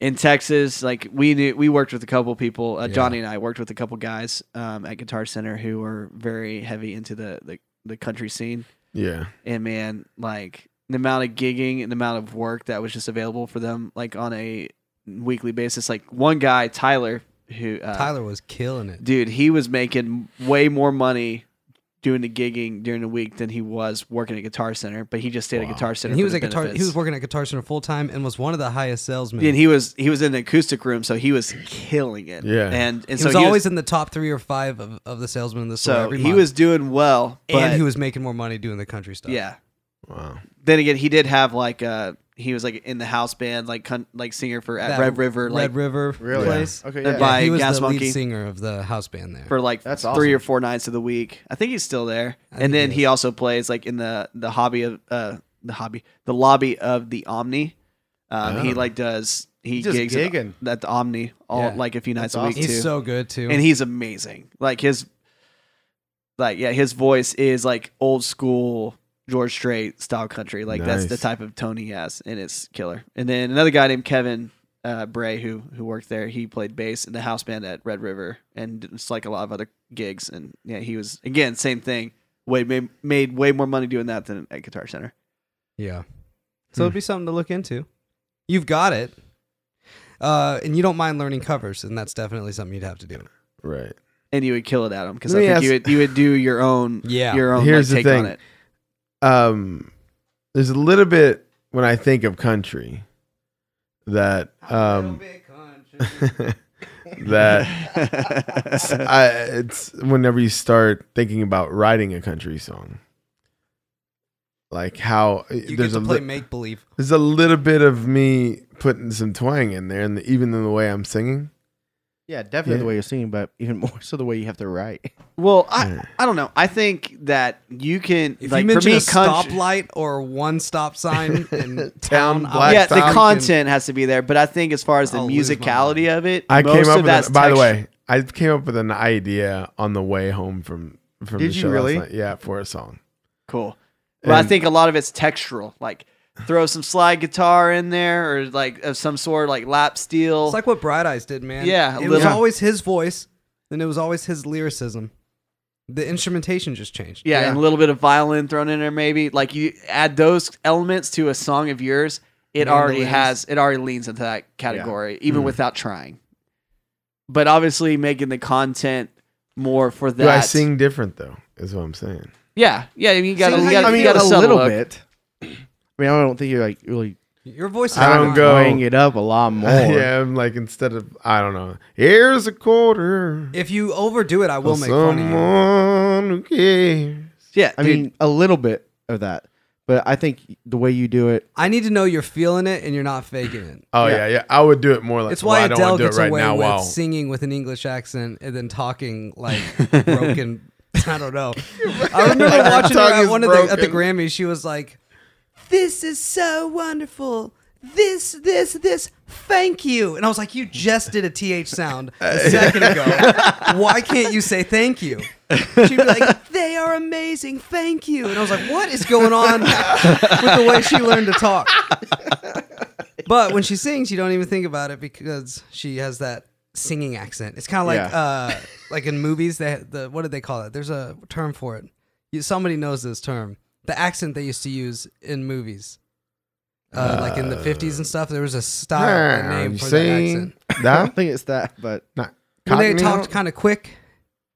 in Texas, like we knew, we worked with a couple people. Uh, Johnny and I worked with a couple guys um, at Guitar Center who were very heavy into the the, the country scene. yeah. and man, like the amount of gigging and the amount of work that was just available for them, like on a weekly basis. Like one guy, Tyler, who uh, Tyler was killing it. dude, he was making way more money doing the gigging during the week than he was working at Guitar Center. But he just stayed at Guitar Center. And he for was the at guitar. He benefits. was working at Guitar Center full time and was one of the highest salesmen. and he was he was in the acoustic room, so he was killing it. Yeah. and and He so was he was- always in the top three or five of, of the salesmen in the store so every he month. was doing well, but and he was making more money doing the country stuff. yeah. Wow. Then again, he did have like uh he was like in the house band, like con- like singer for at That Red River, like Red River Really? place. Okay. They're Yeah. bi- By he was Gas the Monkey. lead singer of the house band there. for like That's three awesome. or four nights of the week. I think he's still there. think and then he he, also plays like in the the hobby of uh the hobby the lobby of the Omni. Um, He Oh. like does he Just gigs gigging. at, at the Omni all Yeah. like a few nights That's a week awesome. He's too. so good too. and he's amazing. Like his like yeah, his voice is like old school George Strait style country. Like that's the Nice. type of tone he has, and it's killer. And then another guy named Kevin uh, Bray who who worked there. He played bass in the house band at Red River, and it's like a lot of other gigs. And yeah, he was again same thing. Way made, made way more money doing that than at Guitar Center. Yeah. So it'd be something to look into. You've got it. Uh, and you don't mind learning covers, and that's definitely something you'd have to do. Right. and you would kill it at him because I Let me think ask- you would you would do your own Yeah. your own Here's the like, take thing. on it. um there's a little bit when I think of country that um that I, it's whenever you start thinking about writing a country song like how uh, you get there's to a play li- make believe. there's a little bit of me putting some twang in there and even in the way I'm singing Yeah, definitely the Yeah. way you're singing, but even more so the way you have to write. Well, I I don't know. I think that you can If like you mention for me, a country- stoplight or one stop sign in Town town, I'll- black yeah, Stop. the content has to be there, but I think as far as the I'll lose my musicality of it, I most came up with of that's an, by the text- way I came up with an idea on the way home from from Did the you show last really? night. yeah for a song Cool. Well, I And- think a lot of it's textural. Like throw some slide guitar in there, or like of some sort, like lap steel. It's like what Bright Eyes did, man. Yeah, a it was little. always his voice, and it was always his lyricism. The instrumentation just changed. yeah, and a little bit of violin thrown in there, maybe. Like you add those elements to a song of yours, it already Mandolins. has it already leans into that category, even without trying. But obviously, making the content more for that. Do I sing different though? Is what I'm saying. Yeah, yeah. I mean, you got to. Sing You how got you to. I feel. you mean, got a to little look. bit. I mean, I don't think you're like really Your voice. is I don't not- go- growing it up a lot more. yeah, I'm like instead of I don't know. Here's a quarter. If you overdo it, I will for make fun of you. someone who cares. Yeah, I dude. mean, a little bit of that, but I think the way you do it, I need to know you're feeling it and you're not faking it. Oh yeah. Yeah. yeah, I would do it more like. It's why well, I don't Adele want to do gets it right away now. with Wow. singing with an English accent and then talking like broken. I don't know. I remember Like, her watching her tongue at is one of the, at the broken. Grammys. She was like, "This is so wonderful. This, this, this. Thank you." And I was like, "You just did a th sound a second ago. Why can't you say thank you?" She'd be like, "They are amazing. Thank you." And I was like, "What is going on with the way she learned to talk?" But when she sings, you don't even think about it because she has that singing accent. It's kind of like Yeah. uh, like in movies. They the what did they call it? There's a term for it. You, somebody knows this term. The accent they used to use in movies, uh, like in the 50s and stuff. There was a style a Yeah, name you for that see accent. that? I don't think it's that. But Not When they cockney? talked kind of quick.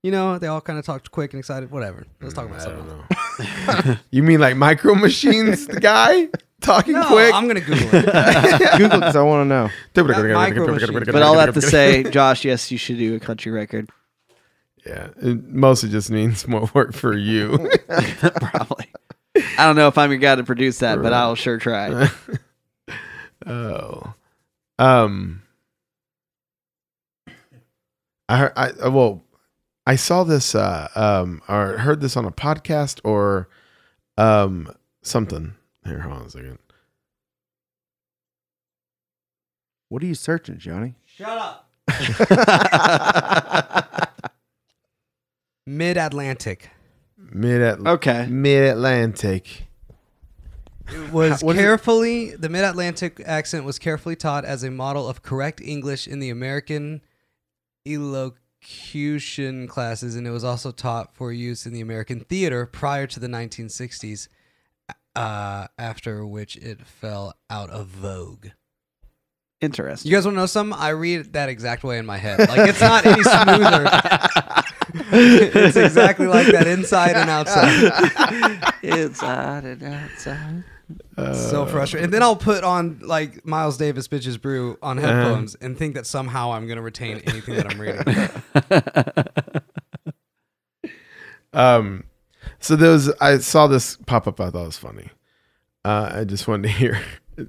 You know, they all kind of talked quick and excited. Whatever. Let's talk about I don't something. know. you mean like Micro Machines the guy talking No, quick? I'm gonna Google it. Google because I want to know. Not Micro Machines. but I'll have to say, Josh, yes, you should do a country record. Yeah, it mostly just means more work for you. Probably. I don't know if I'm your guy to produce that, but I'll sure try. Oh. Um I heard I uh, well I saw this uh um or heard this on a podcast or um something. Here, hold on a second. What are you searching, Johnny? Mid Atlantic. Mid Atlantic Okay. Mid Atlantic. was What is it? carefully the Mid Atlantic accent was carefully taught as a model of correct English in the American elocution classes, and it was also taught for use in the American theater prior to the 1960s. Uh, after which it fell out of vogue. You Interesting. guys want to know something? I read it that exact way in my head. Like it's not any smoother. it's exactly like that, inside and outside. Inside and outside. Uh, so frustrating. And then I'll put on like Miles Davis "Bitches Brew" on Uh-huh. headphones and think that somehow I'm gonna retain anything that I'm reading. Um so there was I saw this pop up I thought it was funny. Uh I just wanted to hear.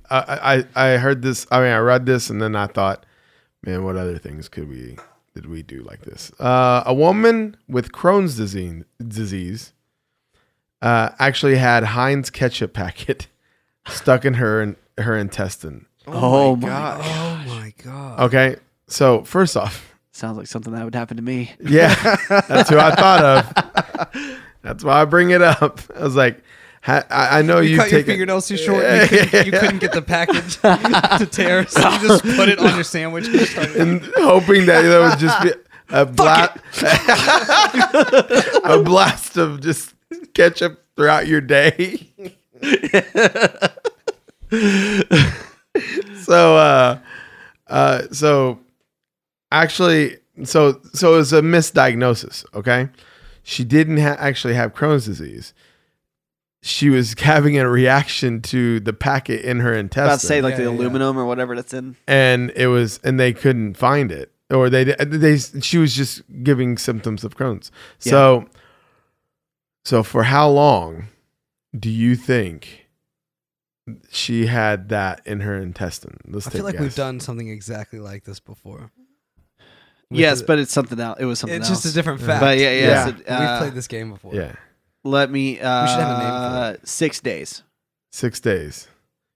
I I I heard this I mean I read this and then I thought, man, what other things could we did we do like this? Uh a woman with Crohn's disease disease uh actually had Heinz ketchup packet stuck in her in her intestine. Oh, my god. oh my god! Okay? So, first off, Sounds like something that would happen to me. Yeah, that's who I thought of. That's why I bring it up. I was like, ha- I, I know You, you, cut your take it- fingernails too short. and You couldn't, you couldn't get the package to tear, so you just put it on your sandwich. And just started- and hoping that there would just be a blast, a blast of just ketchup throughout your day. so, uh, uh, so actually, so so it was a misdiagnosis. Okay, she didn't ha- actually have Crohn's disease. She was having a reaction to the packet in her intestine, About to say like Yeah, the yeah, yeah. aluminum or whatever that's in. and it was and they couldn't find it, or they they she was just giving symptoms of Crohn's. So so for how long do you think she had that in her intestine? Let's I take feel a like we've guess. done something exactly like this before. Yes, but it's something else. It was something it's else. just a different fact. But yeah, yeah. Yeah. so, uh, We've played this game before. yeah Let me. Uh, should have a name Six days. six days.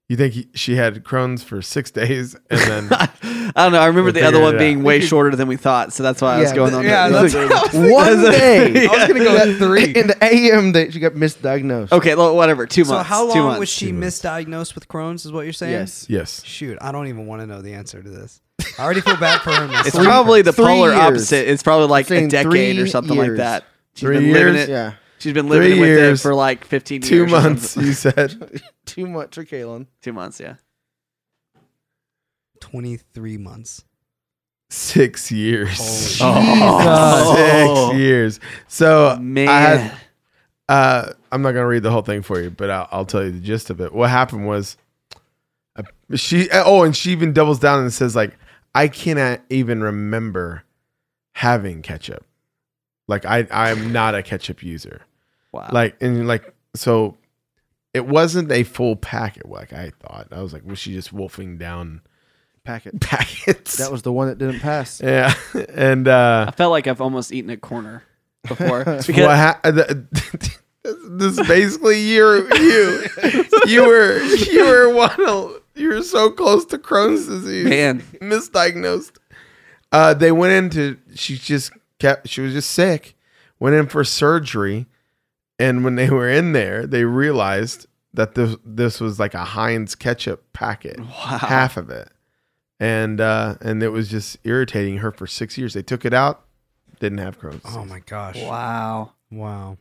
You think he, she had Crohn's for six days and then I don't know. I We'll remember the other figure one it being out. way shorter than we thought, so that's why I was Yeah, going th- on. yeah, that. that's what I was thinking. One day. I was gonna go with three. In the AM that she got misdiagnosed. Okay, well, whatever. Two So months. how two long months. was she Two months. misdiagnosed with Crohn's? Is what you're saying? Yes. yes, Shoot, I don't even want to know the answer to this. I already feel bad for her. It's myself. probably the three polar years. opposite. It's probably like a Saying decade or three something like years. that. She's Three been living years? it. Yeah. She's been living Three with years. it for like 15 years. two or something. months. You said Too much for Kalen. Two months, yeah. 23 months. six years. Oh. Six years. So Man. Oh. I had, uh, I'm not gonna read the whole thing for you, but I'll, I'll tell you the gist of it. What happened was, uh, she oh, and she even doubles down and says like, I cannot even remember having ketchup. Like I, I'm not a ketchup user. Oh. wow. like and like so it wasn't a full packet like i thought i was like was she just wolfing down Packet. packets That was the one that didn't pass. yeah and uh I felt like I've almost eaten a corner before. because what ha- uh, the, this is basically you you you were you were one of- you were so close to crohn's disease Man. misdiagnosed uh they went into she just kept she was just sick went in for surgery and when they were in there they realized that this this was like a heinz ketchup packet half of it and uh and it was just irritating her for six years they took it out didn't have crohn's Oh my gosh. Wow. Wow.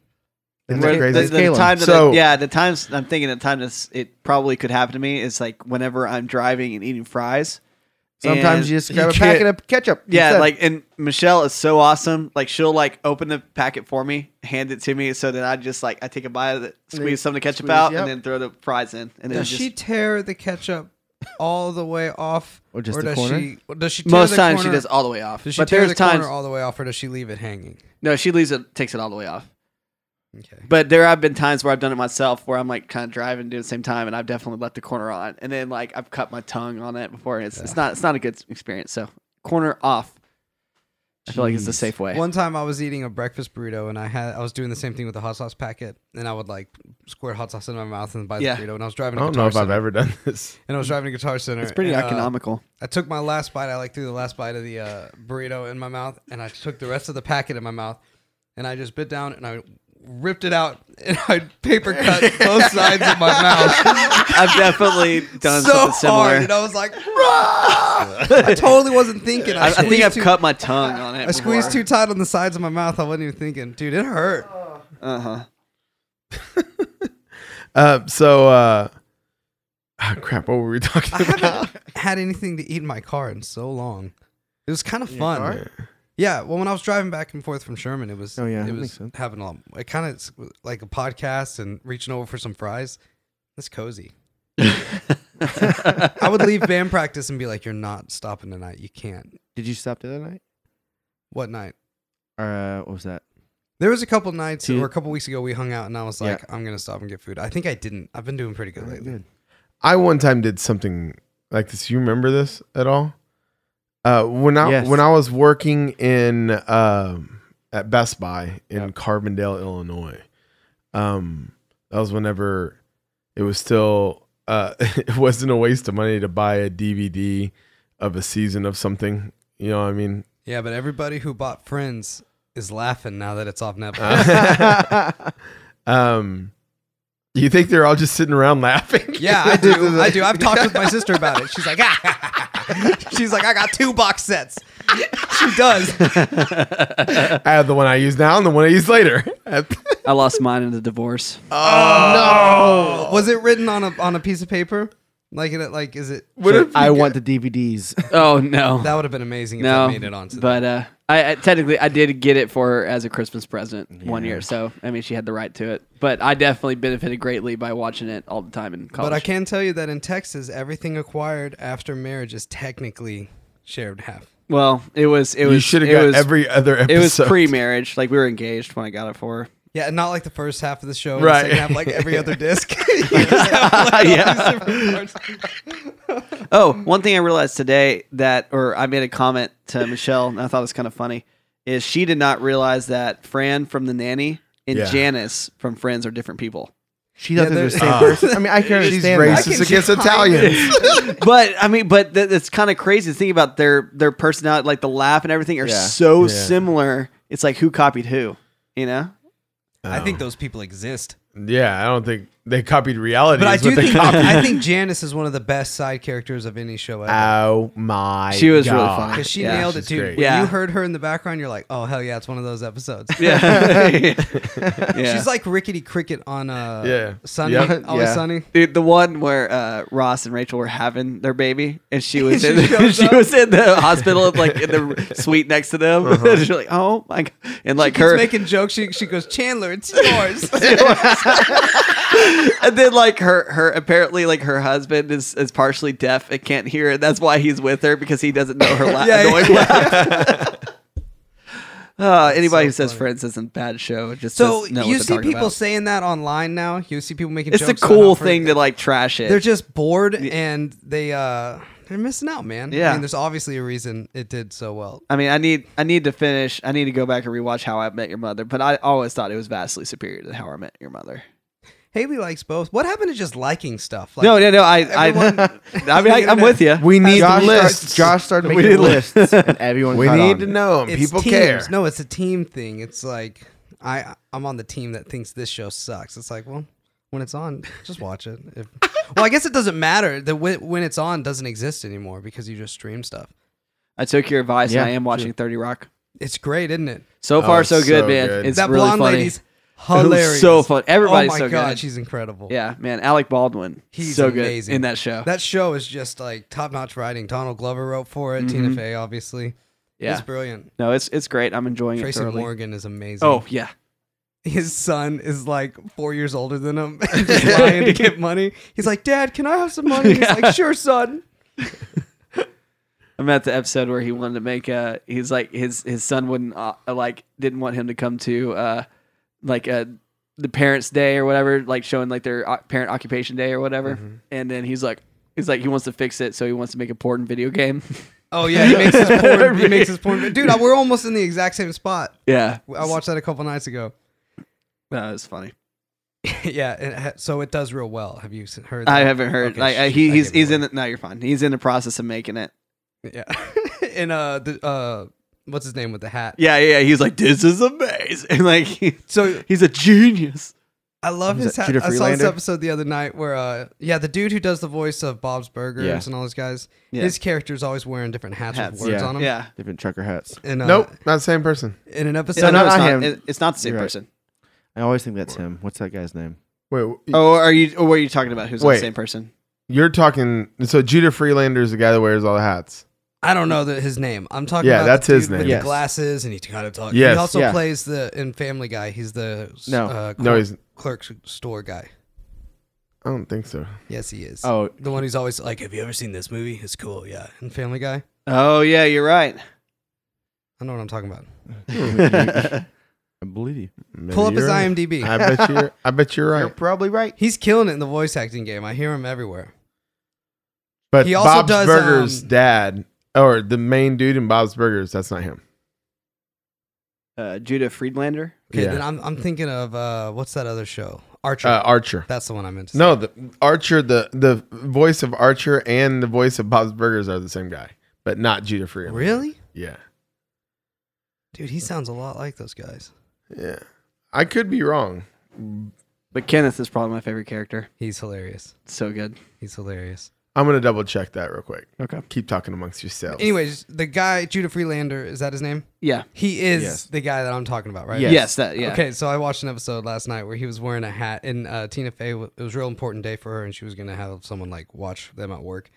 Isn't Where- that The, crazy? the Caleb. time that So- the, yeah, the times I'm thinking the time this it probably could happen to me is like whenever I'm driving and eating fries. Sometimes And- you just you grab a can't- packet of ketchup. Yeah, instead. like and Michelle is so awesome. Like she'll like open the packet for me, hand it to me, so then I just like I take a bite of it, squeeze some of the ketchup squeeze, out, yep. and then throw the fries in. And then Does just, she tear the ketchup all the way off? Or just the does corner? she does she tear most the times she corner- does all the way off. Does she but tear there's the times corner all the way off or does she leave it hanging? no, she leaves it, takes it all the way off. Okay. But there have been times where I've done it myself, where I'm like kind of driving, doing the same time, and I've definitely left the corner on, and then like I've cut my tongue on it before, and it's it's not it's not a good experience. So corner off, I feel like it's the Jeez. safe way. One time I was eating a breakfast burrito and I had I was doing the same thing with the hot sauce packet and I would like squirt hot sauce in my mouth and bite Yeah. the burrito and I was driving i a don't guitar know if i've center, ever done this and I was driving a guitar center. It's pretty and, uh, economical. I took my last bite. I like threw the last bite of the uh, burrito in my mouth, and I took the rest of the packet in my mouth, and I just bit down and I ripped it out, and I paper cut both sides of my mouth I've definitely done so something similar. hard, and I was like, "Rah!" I totally wasn't thinking. I, I think squeezed I've too- cut my tongue on it. I squeezed too before. tight on the sides of my mouth. I wasn't even thinking, dude. It hurt. Uh huh. Uh, so, uh, ah, crap, what were we talking I about? haven't had anything to eat in my car in so long. It was kind of fun. Yeah, well, when I was driving back and forth from Sherman, it was Oh, yeah, it that was makes sense. having a lot. It kind of like a podcast and reaching over for some fries. That's cozy. I would leave band practice and be like, "You're not stopping tonight. You can't." Did you stop the other night? What night? Or uh, what was that? There was a couple nights Two- or a couple weeks ago we hung out and I was Yeah. like, "I'm gonna stop and get food." I think I didn't. I've been doing pretty good Alright, lately. good. I one time did something like this. You remember this at all? Uh, when I Yes. when I was working in um at Best Buy in Carbondale, Illinois, um, that was whenever it was still uh, it wasn't a waste of money to buy a DVD of a season of something. You know what I mean? Yeah, but everybody who bought Friends is laughing now that it's off Netflix. Um, you think they're all just sitting around laughing? Yeah, I do. I do. I've talked with my sister about it. She's like, ah. She's like, I got two box sets. She does. I have uh, the one I use now and the one I use later. I Uh. lost mine in the divorce. Was it written on a on a piece of paper? Like it, like is it? What if I want the DVDs. Oh no, That would have been amazing if no. I made it onto. that. but uh, I, I technically I did get it for her as a Christmas present one year, so I mean she had the right to it. But I definitely benefited greatly by watching it all the time in college. But I can tell you that in Texas, everything acquired after marriage is technically shared half. Well, it was it was you should have it got was, every other episode. It was pre-marriage, like we were engaged when I got it for her. Yeah, not like the first half of the show, Right. right? Half, like every other disc. You just have, like, all Oh, these different parts. Oh, one thing I realized today that, or I made a comment to Michelle, and I thought it was kind of funny, is she did not realize that Fran from The Nanny and Yeah. Janice from Friends are different people. She doesn't they're- understand. Ah. person. I mean, I can She's understand. that. I racist can against just- Italians. but I mean, but th- it's kind of crazy to think about their their personality, like the laugh and everything, are Yeah. so Yeah. similar. It's like who copied who, you know? I think those people exist. yeah, I don't think they copied reality. But I is what do they think copied. I think Janice is one of the best side characters of any show ever. Oh my! She was really God. funny. Because she Yeah, nailed it Ah, she's too. great. When Yeah. you heard her in the background, you're like, oh hell yeah, it's one of those episodes. Yeah, yeah. She's like Rickety Cricket on uh Yeah. Sunny. Yeah. Always Yeah. Sunny. Dude, the one where uh, Ross and Rachel were having their baby, and she was She in she, shows up. was in the hospital, like in the suite next to them. and she's like, "Oh my!" God. And like Keeps her, making jokes. She, she goes, Chandler, it's yours. and then like her, her apparently like her husband is is partially deaf and can't hear, and that's why he's with her because he doesn't know her la- Yeah, annoying yeah. laugh. Uh, so anybody who says funny. Friends isn't bad show it just So doesn't know you what see they're talking people about. saying that online now. You see people making It's a jokes. cool thing to like trash it. They're just bored and they uh they're missing out, man. I Yeah. mean, there's obviously a reason it did so well. I mean, I need I need to finish. I need to go back and rewatch How I Met Your Mother, but I always thought it was vastly superior to How I Met Your Mother. Haley likes both. What happened to just liking stuff? Like, no, no, no. I I, everyone- I mean, I, I'm with you. We need Josh the starts- lists. Josh started We making need lists, and everyone. we caught need on. to know 'em. it's People teams. care. No, it's a team thing. It's like I I'm on the team that thinks this show sucks. It's like, well, when it's on, just watch it. If, well, I guess it doesn't matter. The when, when it's on doesn't exist anymore because you just stream stuff. I took your advice, Yeah, and I am watching Thirty Rock. It's great, isn't it? So Oh, far, it's so good, so man. good. It's that really blonde funny. lady's It was hilarious. So fun. Everybody's oh my so god, good. she's incredible. yeah, man. Alec Baldwin. He's so amazing. good in that show. That show is just like top notch writing. Donald Glover wrote for it. Tina Fey, obviously. Mm-hmm. yeah. It's brilliant. no, it's it's great. I'm enjoying it Tracy thoroughly. Morgan is amazing. Oh yeah. His son is like four years older than him, and just lying to get money. He's like, Dad, can I have some money? He's like, Sure, son. I'm at the episode where he wanted to make a. He's like his his son wouldn't uh, like didn't want him to come to uh like uh the parents' day or whatever, like showing like their o- parent occupation day or whatever. Mm-hmm. And then he's like he's like he wants to fix it, so he wants to make a porn video game. Oh yeah, he makes his porn. He makes his porn. Dude, I- we're almost in the exact same spot. yeah, I watched that a couple nights ago. that was funny. yeah, it, ha- so it does real well. Have you s- heard? I that? haven't heard. Okay, like I, shit, he, I he's gave it he's away. in. The, no, you're fine. He's in the process of making it. Yeah. and uh the uh what's his name with the hat? Yeah, yeah. He's like this is amazing. like he, So he's a genius. I love his hat. Peter I saw this Freelander? episode the other night where uh yeah, the dude who does the voice of Bob's Burgers Yeah. and all those guys, Yeah. his character's always wearing different hats, Hats, with words yeah. on them. Yeah. different trucker hats. And uh, nope, not the same person. in an episode So no, not it's him. not. it- It's not the same You're right. person. I always think that's him. What's that guy's name? Wait, w- Oh, are you? Or were you talking about who's not the Wait. same person? you're talking. So Judah Freelander is the guy that wears all the hats. I don't know the, his name. I'm talking Yeah, about that's the his dude with name. the Yes. glasses and he kind of talks. Yes, he also yeah. plays the in Family Guy, he's the s- No. uh, No, clerk- he's- clerk store guy. I don't think so. Yes, he is. Oh. the one who's always like, "Have you ever seen this movie? It's cool." Yeah, in Family Guy. Oh yeah, you're right. I know what I'm talking about. I believe you. Maybe Pull up his you're right. IMDb. I bet you're. I bet you're right. probably right. He's killing it in the voice acting game. I hear him everywhere. But He also Bob's does, Burgers' um, dad, or the main dude in Bob's Burgers, that's not him. Uh, Judah Friedlander. Okay, Yeah. then I'm, I'm thinking of uh, what's that other show? Archer. Uh, Archer. That's the one I meant to say. No, the Archer, the the voice of Archer and the voice of Bob's Burgers are the same guy, but not Judah Freeland. Really? Yeah, Dude, he sounds a lot like those guys. yeah. I could be wrong. But Kenneth is probably my favorite character. He's hilarious. So good. He's hilarious. I'm gonna double check that real quick. Okay. Keep talking amongst yourselves. Anyways, the guy Judah Freelander is that his name? Yeah. He is Yes. the guy that I'm talking about, right? Yes. Yes. that. Yeah. Okay, so I watched an episode last night where he was wearing a hat, and uh, Tina Fey. w- It was a real important day for her, and she was gonna have someone like watch them at work.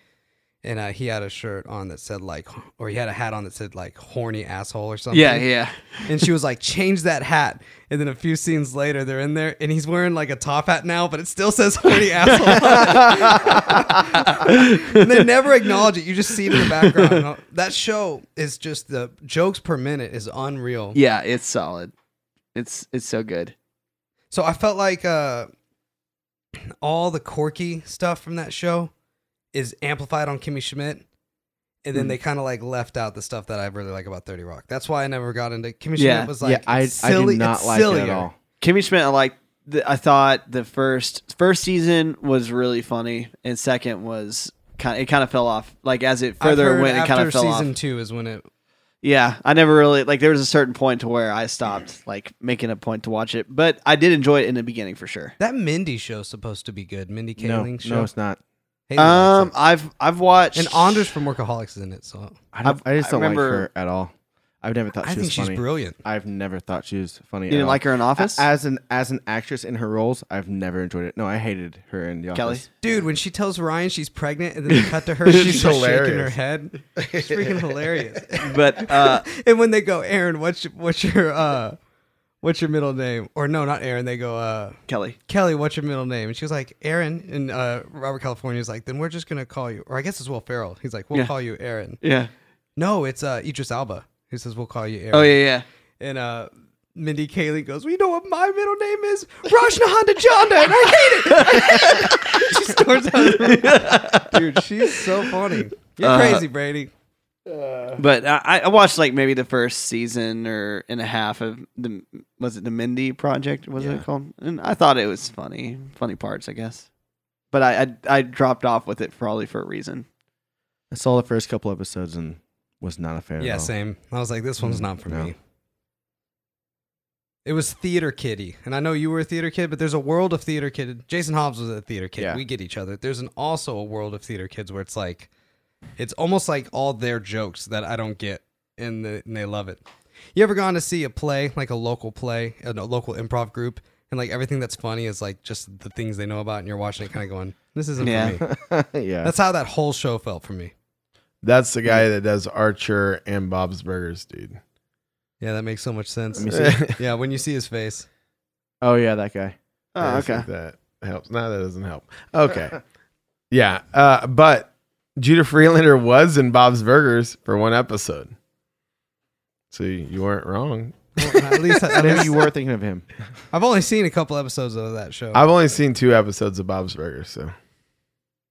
And uh, he had a shirt on that said like, or he had a hat on that said like "horny asshole" or something. Yeah. Yeah. And she was like, "Change that hat." And then a few scenes later, they're in there, and he's wearing like a top hat now, but it still says "horny asshole." on it. and they never acknowledge it. You just see it in the background. That show is just the jokes per minute is unreal. Yeah. It's solid. It's it's so good. So I felt like uh, all the quirky stuff from that show is amplified on Kimmy Schmidt. And Mm. then they kind of like left out the stuff that I really like about Thirty Rock. That's why I never got into Kimmy Yeah. Schmidt. Was like, yeah, I, it's silly, I did not it's like it sillier. at all. Kimmy Schmidt, I like. The, I thought the first first season was really funny, and second was kind. It kind of fell off. Like as it I've further heard went, it kind after of fell season off. two is when it. Yeah, I never really like. There was a certain point to where I stopped like making a point to watch it, but I did enjoy it in the beginning for sure. That Mindy show's supposed to be good. Mindy No, Kaling show. no, it's not. Haley Um, likes I've I've watched it. and Anders from Workaholics is in it, so I, don't, I just I don't remember- like her at all. I've never thought I she think was she's funny. brilliant. I've never thought she was funny. You didn't like her in Office. as an as an actress in her roles. I've never enjoyed it. No, I hated her in the Kelly? Office. Dude, when she tells Ryan she's pregnant and then they cut to her, she's, just shaking her hilarious. head. It's freaking hilarious. but uh, and when they go, Aaron, what's your, what's your uh, what's your middle name? Or no, not Aaron. They go, uh, Kelly, Kelly, what's your middle name? And she was like, Aaron. And uh, Robert California's like, then we're just gonna call you, or I guess it's Will Ferrell. He's like, we'll Yeah. call you Aaron. yeah, No, it's uh, Idris Alba. He says, we'll call you Aaron. oh yeah, yeah. And uh, Mindy Kaling goes, well, you know what my middle name is? Rajna Honda Janda, and I hate it. I hate it. she storms out. of the room. Dude, she's so funny. You're Uh, crazy, Brady. But I, I watched like maybe the first season or and a half of the was it the Mindy Project was Yeah. it called? And I thought it was funny, funny parts, I guess. But I, I I dropped off with it probably for a reason. I saw the first couple episodes and was not a fan. Yeah, at all. same. I was like, this one's Mm, not for no. me. It was theater kitty, and I know you were a theater kid, but there's a world of theater kid. Jason Hobbs was a theater kid. Yeah. We get each other. There's an also a world of theater kids where it's like, it's almost like all their jokes that I don't get, and, the, and they love it. You ever gone to see a play, like a local play, a local improv group, and like everything that's funny is like just the things they know about, and you're watching it, kind of going, "This isn't Yeah. for me." yeah. That's how that whole show felt for me. That's the guy that does Archer and Bob's Burgers, dude. Yeah, that makes so much sense. Let me see. yeah, when you see his face. oh yeah, that guy. Oh, I think okay. That helps. No, that doesn't help. Okay. yeah. Uh, but Judah Freelander was in Bob's Burgers for one episode. So you you weren't wrong. Well, at least at Maybe least- you were thinking of him. I've only seen a couple episodes of that show. I've only seen two episodes of Bob's Burgers, so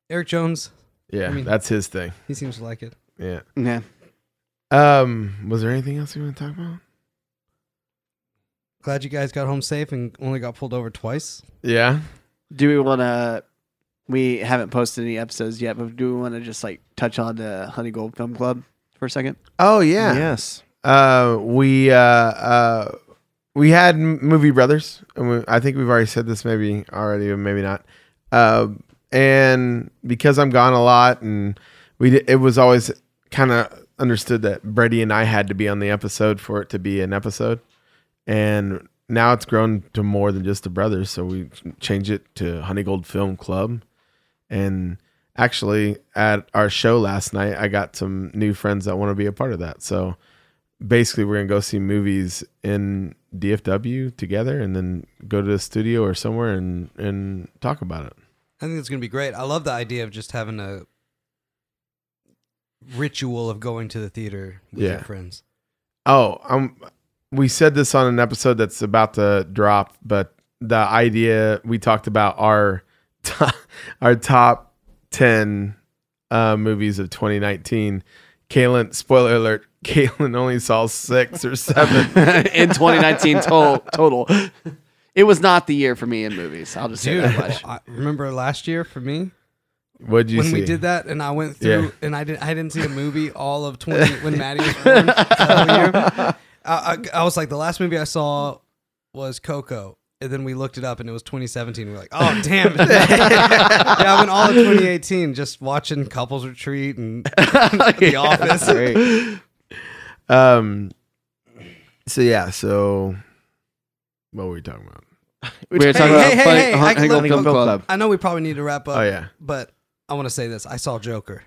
Eric Jones, yeah, I mean- that's his thing. he seems to like it. Yeah. Yeah. Um, was there anything else you want to talk about? Glad you guys got home safe and only got pulled over twice. Yeah. Do we want to? We haven't posted any episodes yet, but do we want to just like touch on the Honey Gold Film Club for a second? Oh yeah. Yes. Uh, we uh, uh, we had M- Movie Brothers, and we, I think we've already said this, maybe already, or maybe not. Uh, and because I'm gone a lot, and we di- it was always kind of understood that Brady and I had to be on the episode for it to be an episode, and now it's grown to more than just the brothers. So we changed it to Honeygold Film Club, and actually at our show last night, I got some new friends that want to be a part of that. So basically we're gonna go see movies in DFW together, and then go to the studio or somewhere and and talk about it. I think it's gonna be great. I love the idea of just having a ritual of going to the theater with your Yeah. friends. Oh, um, we said this on an episode that's about to drop, but the idea we talked about our top, our top ten uh, movies of 2019. Kalen, spoiler alert, Kalen only saw six or seven. in 2019 total, total. It was not the year for me in movies. I'll just say Dude, that much. I remember last year for me What'd you when see? we did that, and I went through Yeah. and I didn't I didn't see the movie all of twenty when Maddie was born. that whole year. I, I, I was like the last movie I saw was Coco, And then we looked it up and it was 2017. We We're like, oh, damn it. yeah, I've been all of 2018 just watching Couples Retreat and The Office. Great. Um. So yeah. So what were we talking about? We were Hey, talking hey, about hey, funny- hey, I Hun- can Hungle look- Film look- Club. I know we probably need to wrap up. Oh yeah. But I want to say this. I saw Joker.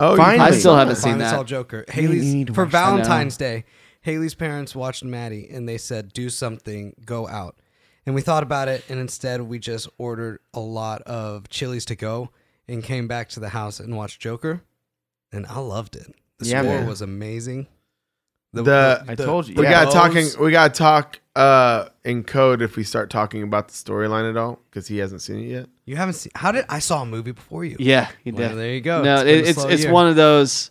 Oh, you Finally. I finally- still haven't seen Finally saw that. Joker. need Haley's to for watch that. Valentine's Day. Haley's parents watched Maddie and they said, "Do something, go out." And we thought about it, and instead we just ordered a lot of chilies to go and came back to the house and watched Joker, and I loved it. The Yeah, score man. was amazing. The- I told you. We yeah. got Lowe's. talking. We got to talk uh in code if we start talking about the storyline at all because he hasn't seen it yet. you haven't seen. How did I saw a movie before you? Yeah, you Well, did. there you go. No, Oh, been a it, it's slow it's year. one of those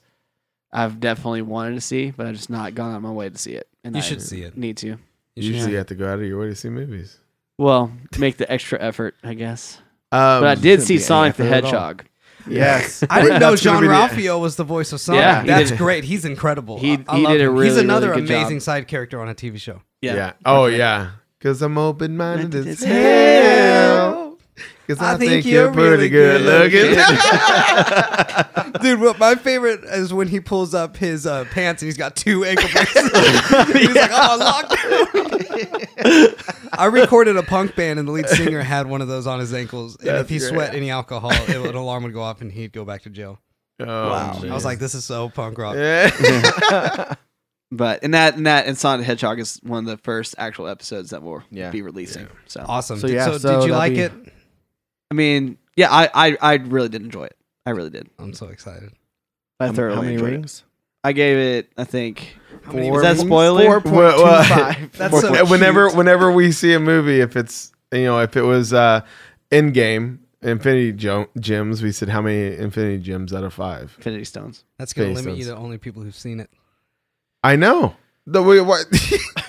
I've definitely wanted to see, but I've just not gone out of my way to see it. And You I should see it. Need to. You should Usually, see you it. have to go out of your way to see movies. Well, make the extra effort, I guess. Um, Oh, But I did shouldn't see be any Sonic the effort at all. Hedgehog. Yes. I didn't know That's gonna John be the- Ralphio was the voice of Sonic. Yeah, he That's did- great. He's incredible. he- I- I he love did a him. He's really, another really good job. amazing side character on a TV show. Yeah. Yeah. Oh yeah. Because I'm open minded as It's hell. Because I, think, you're, pretty good, looking. Dude, what my favorite is when he pulls up his uh, pants and he's got two ankle bracelets. he's like, oh, lockdown. I recorded a punk band and the lead singer had one of those on his ankles. And if That's he great. sweat any alcohol, it, an alarm would go off and he'd go back to jail. oh, I was like, this is so punk rock. Yeah. But and that and that and Sonic the Hedgehog is one of the first actual episodes that will Yeah. be releasing. So Awesome. So, Did- yeah, so, so did you that'll like be- it? I mean, yeah, I, I I really did enjoy it. I really did. I'm so excited. I How- thoroughly How many enjoyed it. rings? I gave it, I think. How many- Is that spoiler? Well, well, That's so Yeah, whenever cute. whenever we see a movie, if it's you know if it was uh, Endgame, Infinity jo- Gems, we said how many Infinity Gems out of five? Infinity Stones. That's going to Space limit you Stones. to only people who've seen it. I know. The way what?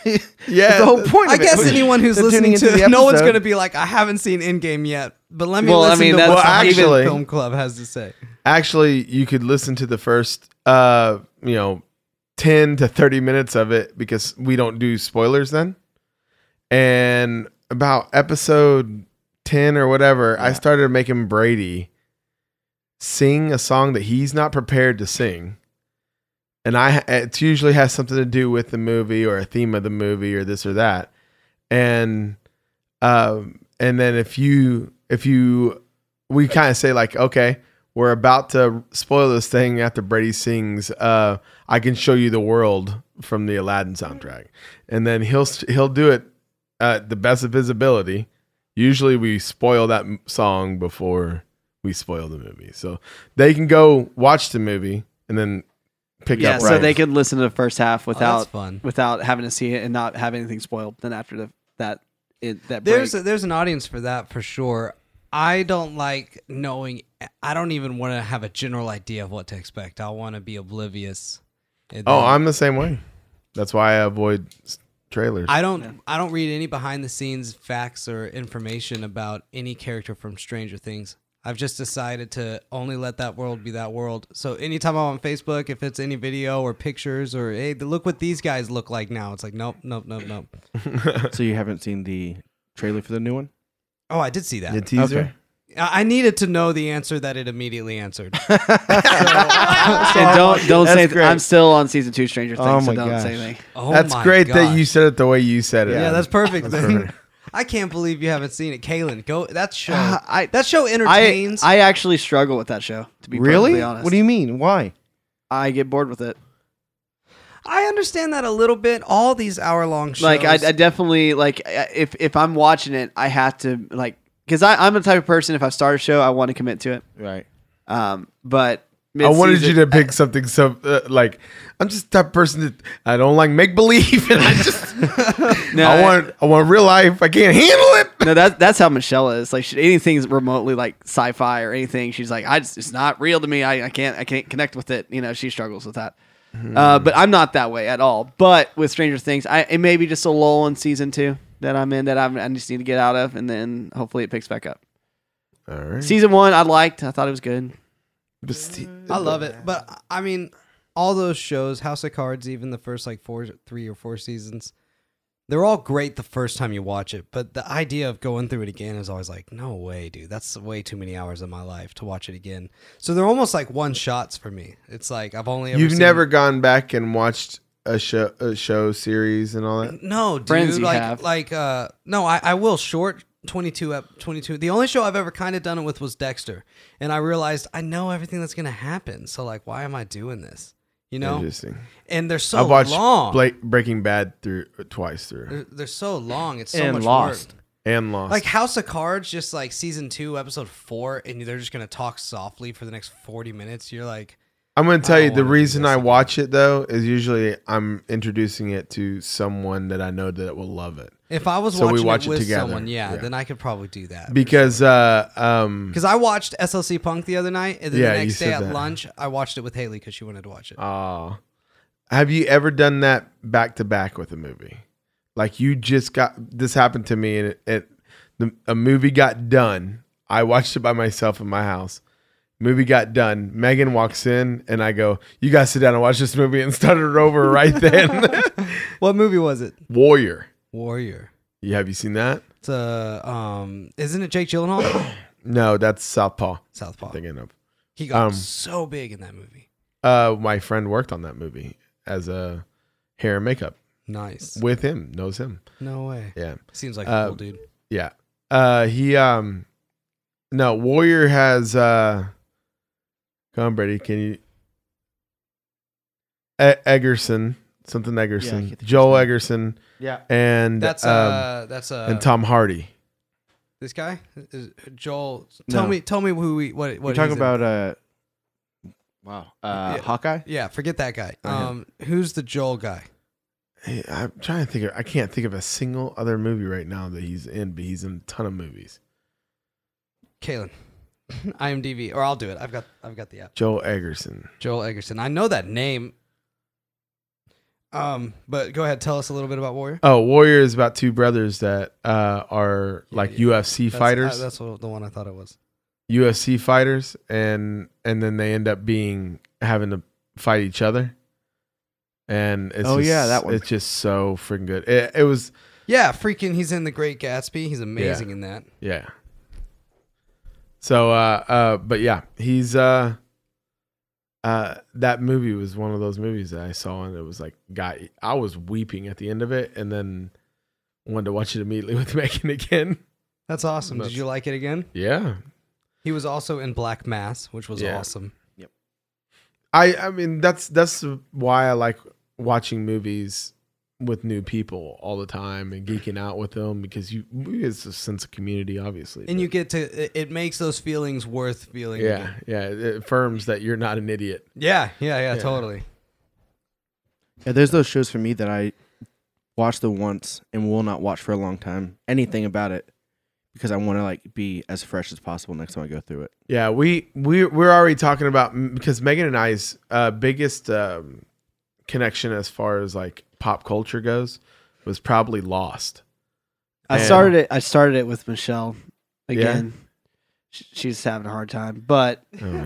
yeah. The whole point. Uh, I of it guess was- anyone who's they're listening tuning to into this, the no one's episode. going to be like, I haven't seen Endgame yet, but let me Well, I listen mean, to what that's- the Asian actually- Film Club has to say. Actually, you could listen to the first uh, you know, 10 to 30 minutes of it because we don't do spoilers then. And about episode 10 or whatever, I started making Brady sing a song that he's not prepared to sing. And I it usually has something to do with the movie or a theme of the movie or this or that. And um and then if you if you we kind of say like okay, we're about to spoil this thing after Brady sings uh I can show you the world from the Aladdin soundtrack. And then he'll he'll do it at the best of his ability. Usually we spoil that m- song before we spoil the movie. So they can go watch the movie and then pick Yeah, up so right. they could listen to the first half that's without fun. without having to see it and not have anything spoiled. Then after the, that it, that break. There's, there's an audience for that for sure. I don't like knowing, I don't even want to have a general idea of what to expect. I want to be oblivious. And Oh, then- I'm the same way. That's why I avoid s- trailers. I don't I don't read any behind the scenes facts or information about any character from Stranger Things. I've just decided to only let that world be that world. So anytime I'm on Facebook, if it's any video or pictures or hey, look what these guys look like now, it's like nope, nope, nope, nope. So you haven't seen the trailer for the new one? Oh, I did see that. the teaser. Okay. I I needed to know the answer that it immediately answered. and don't don't That's say great. I'm still on season two Stranger Things, Oh so my don't gosh. say anything. Oh That's my great that gosh. you said it the way you said it. Yeah, that's perfect. perfect. I can't believe you haven't seen it, Kaylin. Go that show. Uh, I- that show I, entertains. I actually struggle with that show, to be Really? perfectly honest. What do you mean? Why? I get bored with it. I understand that a little bit. All these hour long shows. Like I, I definitely like I- if if I'm watching it, I have to like because I'm the type of person if I start a show, I want to commit to it. Right. Um, but I wanted you mid-season- to pick something so uh, like I'm just that person that I don't like make believe and I just No, I want I want real life. I can't handle it. No, that that's how Michelle is. Like she, anything's remotely like sci-fi or anything, she's like, I just it's not real to me. I, I can't I can't connect with it. You know, she struggles with that. Hmm. Uh, but I'm not that way at all. But with Stranger Things, I it may be just a lull in season two that I'm in that I'm, I just need to get out of, and then hopefully it picks back up. All right. Season one, I liked. I thought it was good. But Steve- I love it. But I mean, all those shows, House of Cards, even the first like four, three or four seasons, they're all great the first time you watch it, but the idea of going through it again is always like, no way, dude. That's way too many hours of my life to watch it again. So they're almost like one shots for me. It's like I've only ever You've seen- never gone back and watched a show, a show series and all that. no, dude. Friends you like have. like uh no, I I will short. 22 ep 22 the only show i've ever kind of done it with was dexter and i realized i know everything that's gonna happen so like why am i doing this you know Interesting. and they're so I watched long Blake, Breaking Bad through uh, twice through They're, they're so long. It's so And much Lost. work. and Lost. Like House of Cards, just like season two, episode four, and they're just gonna talk softly for the next forty minutes. You're like, I'm going to tell I you don't the wanna do reason this I again. watch it though is usually I'm introducing it to someone that I know that will love it if I was So we watching watch it it with together. someone, yeah, Yeah. then I could probably do that. because uh um Because I watched SLC Punk the other night, and then Yeah, the you next day said at that. lunch, I watched it with Haley because she wanted to watch it. uh, have you ever done that back to back with a movie? Like you just got this happened to me and it, it the, a movie got done. I watched it by myself in my house. Movie got done. Megan walks in and I go, "You guys sit down and watch this movie," and started it over right then. what movie was it? Warrior. Warrior. You have you seen that? It's a um, isn't it Jake Gyllenhaal? No, that's Southpaw. Southpaw. Thinking of. He got um, so big in that movie. Uh, my friend worked on that movie as a hair and makeup Nice. with him. Knows him. No way. Yeah. Seems like a Uh, cool dude. Yeah. Uh he um no, Warrior has uh come on, Brady, can you E- Eggerson, something Yeah, I Eggerson. can't think of Joel his Eggerson Yeah. and That's um, uh, that's uh, and Tom Hardy. This guy, Is- Joel. Tell No. me, tell me who we what what We're talking he's in. about uh Wow. Uh Yeah. Hawkeye? Yeah, forget that guy. Oh, yeah. Um, who's the Joel guy? Hey, I'm trying to think of I can't think of a single other movie right now that he's in, but he's in a ton of movies. Kalen, IMDb, or I'll do it. I've got I've got the app. Joel Eggerson. Joel Eggerson. I know that name. Um, but go ahead, tell us a little bit about Warrior. Oh, Warrior is about two brothers that uh, are like yeah. UFC uh, That's- fighters. I- that's what, the one I thought it was. UFC fighters and and then they end up being having to fight each other. And it's Oh, just- yeah, that one. It's just so freaking good. It, it was Yeah, freaking. He's in The Great Gatsby. He's amazing in that. yeah. So uh uh but yeah, he's uh uh that movie was one of those movies that I saw and it was like got I was weeping at the end of it and then wanted to watch it immediately with Megan again. That's awesome. Did That's- you like it again? Yeah. He was also in Black Mass, which was Yeah. awesome. I I mean that's that's why I like watching movies with new people all the time and geeking out with them because you it's a sense of community obviously. And but- you get to it, it makes those feelings worth feeling. again. yeah, yeah, it affirms that you're not an idiot. Yeah, yeah, yeah, Yeah. totally. Yeah, there's those shows for me that I watch the once and will not watch for a long time. Anything about it because I want to like be as fresh as possible next time I go through it. Yeah, we we we're already talking about because Megan and I's uh, biggest um, connection as far as like pop culture goes was probably Lost. I And- started it. I started it with Michelle again. again. She's having a hard time, but Oh, no.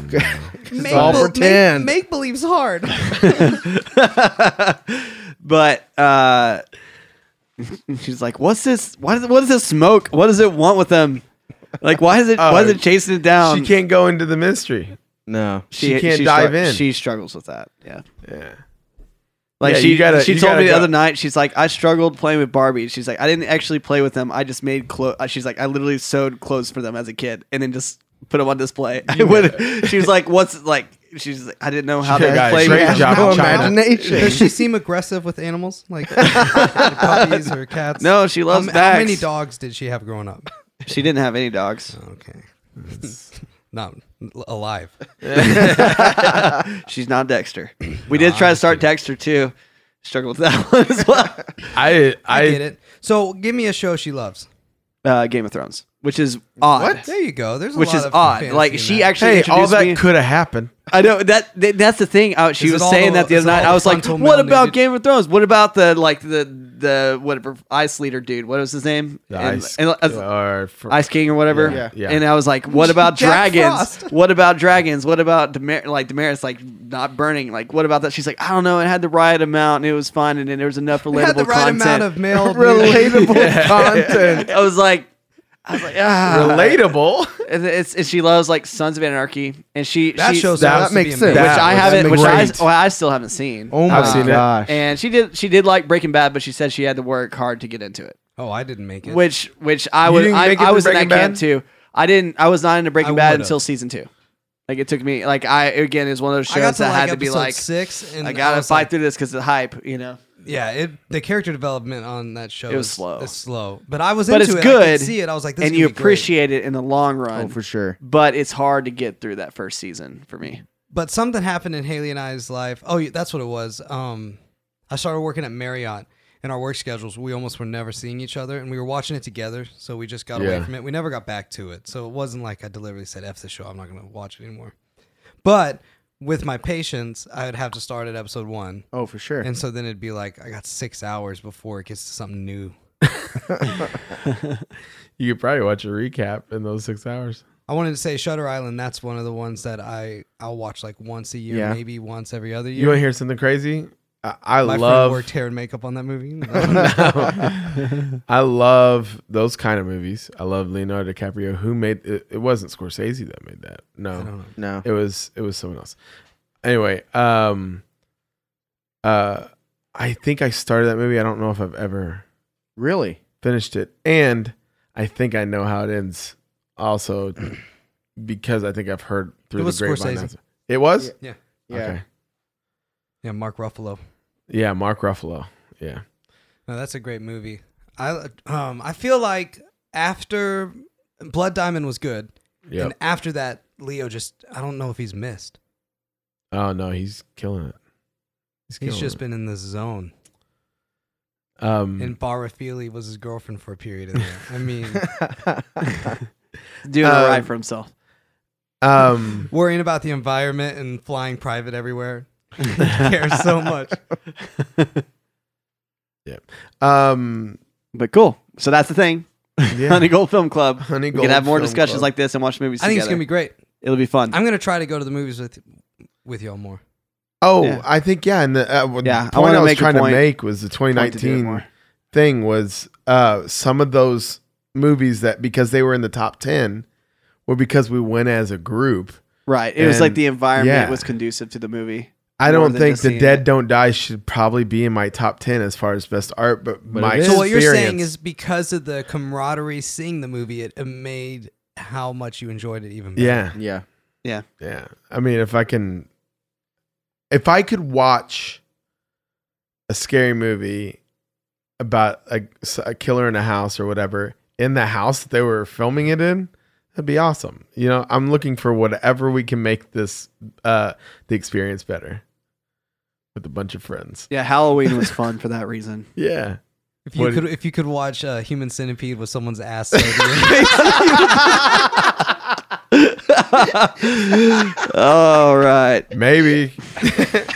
Make, all pretend. Make, make believe's hard. but uh, she's like, "What's this? Why does what is this smoke? What does it want with them? Like, why is it? why is Oh, it chasing it down?" she can't go into the mystery. No. she can't dive in. She struggles with that. Yeah. Yeah. Like Yeah, she, you gotta- she you told gotta me the go- other night, she's like, I struggled playing with Barbie. She's like, I didn't actually play with them. I just made clothes. She's like, I literally sewed clothes for them as a kid and then just put them on display. I would, she was like, what's like, she's like, I didn't know how could've to got a play with great them. job in China. Does she seem aggressive with animals, like puppies or cats? No, she How loves ma- bags. How many dogs did she have growing up? She didn't have any dogs. Okay, not alive. She's not Dexter. We did try to start Dexter too. Struggled with that one as well. I I, I, get it. So, give me a show she loves. Uh, Game of Thrones. which is odd. There you go. There's a Which lot is of odd. fantasy Like in she that. actually Hey, all introduced me. that could have happened. I know that th- that's the thing. I, she Is it was all saying the- that the is other it all night. the I was like, frontal "What middle, about dude?" Game of Thrones? What about the like the the whatever ice leader dude? What was his name? The And- ice, and- uh, or fr- Ice King or whatever. Yeah, yeah. And I was like, what about Jack dragons? Frost. What about dragons? What about Demer- like Damaris like not burning? Like what about that? She's like, I don't know. It had the right amount and it was fine and then there was enough relatable We had the right content. amount of male relatable content. I was like, I was like, ah. Relatable. And, it's, and she loves like Sons of Anarchy and she That she, shows which that us to makes be a sense. man. That I was haven't, which I, great. well, I still haven't seen. Oh I've my seen it. gosh. And she did she did like Breaking Bad, but she said she had to work hard to get into it. Oh, I didn't make it. Which which I You was didn't I, make it I to was in that Breaking camp Bad? too. I didn't I was not into Breaking I Bad would've. until season two. Like it took me like I again is one of those I got shows to that like had to be episode like six, and I gotta was fight like- through this because the hype, you know. Yeah, it, the character development on that show It was is- slow. Is slow, but I was But into it's it. I good. could see it. I was like, this and could you be great. appreciate it in the long run. Oh, for sure. But it's hard to get through that first season for me. But something happened in Haley and I's life. Oh, yeah, that's what it was. Um, I started working at Marriott, and our work schedules we almost were never seeing each other, and we were watching it together. So we just got away Yeah. from it. We never got back to it. So it wasn't like I deliberately said, "F the show. I'm not going to watch it anymore." But with my patients, I would have to start at episode one. Oh, for sure. And so then it'd be like I got six hours before it gets to something new. You could probably watch a recap in those six hours. I wanted to say Shutter Island. That's one of the ones that I I'll watch like once a year, Yeah. maybe once every other year. You want to hear something crazy? I, I My friend love. worked hair and makeup on that movie. I love those kind of movies. I love Leonardo DiCaprio. Who made it? It wasn't Scorsese that made that. No, no. it was it was someone else. Anyway, um, uh, I think I started that movie. I don't know if I've ever Really? finished it, and I think I know how it ends. Also, because I think I've heard through It was the grapevine. Scorsese. that's- It was. yeah, Yeah. Okay. yeah, Mark Ruffalo. Yeah, Mark Ruffalo. Yeah. No, that's a great movie. I um I feel like after Blood Diamond was good, Yeah. and after that Leo just I don't know if he's missed. Oh no, he's killing it. He's killing just it. been in this zone. Um, And Barafili was his girlfriend for a period of there. I mean, Doing all right Um, for himself. um, worrying about the environment and flying private everywhere. he cares so much. um, But cool. So that's the thing. yeah. Honey Gold Film Club. Honey we Gold can have more Film discussions Club. like this and watch movies I think it's together. gonna be great. It'll be fun. I'm gonna try to go to the movies with with y'all more. Oh, Yeah. I think yeah. And the uh, well, the Yeah, I point wanna I, was make a trying point- to make was the point to do it 2019 more. thing was uh, some of those movies that because they were in the top 10 were because we went as a group. Right. It was like And- the environment yeah. was conducive to the movie. I More don't than think just the seeing Dead it. Don't Die should probably be in my top 10 as far as best art, but, But my it is. So what you're saying experience- is because of the camaraderie seeing the movie, it it made how much you enjoyed it even. Better. yeah. Yeah. Yeah. I mean, if I can, if I could watch a scary movie about a, a killer in a house or whatever in the house that they were filming it in, that'd be awesome. You know, I'm looking for whatever we can make this, uh, the experience better with a bunch of friends. Yeah, Halloween was fun for that reason. Yeah. If you What- could, if you could watch uh, Human Centipede with someone's ass, sewed in. All right. Maybe.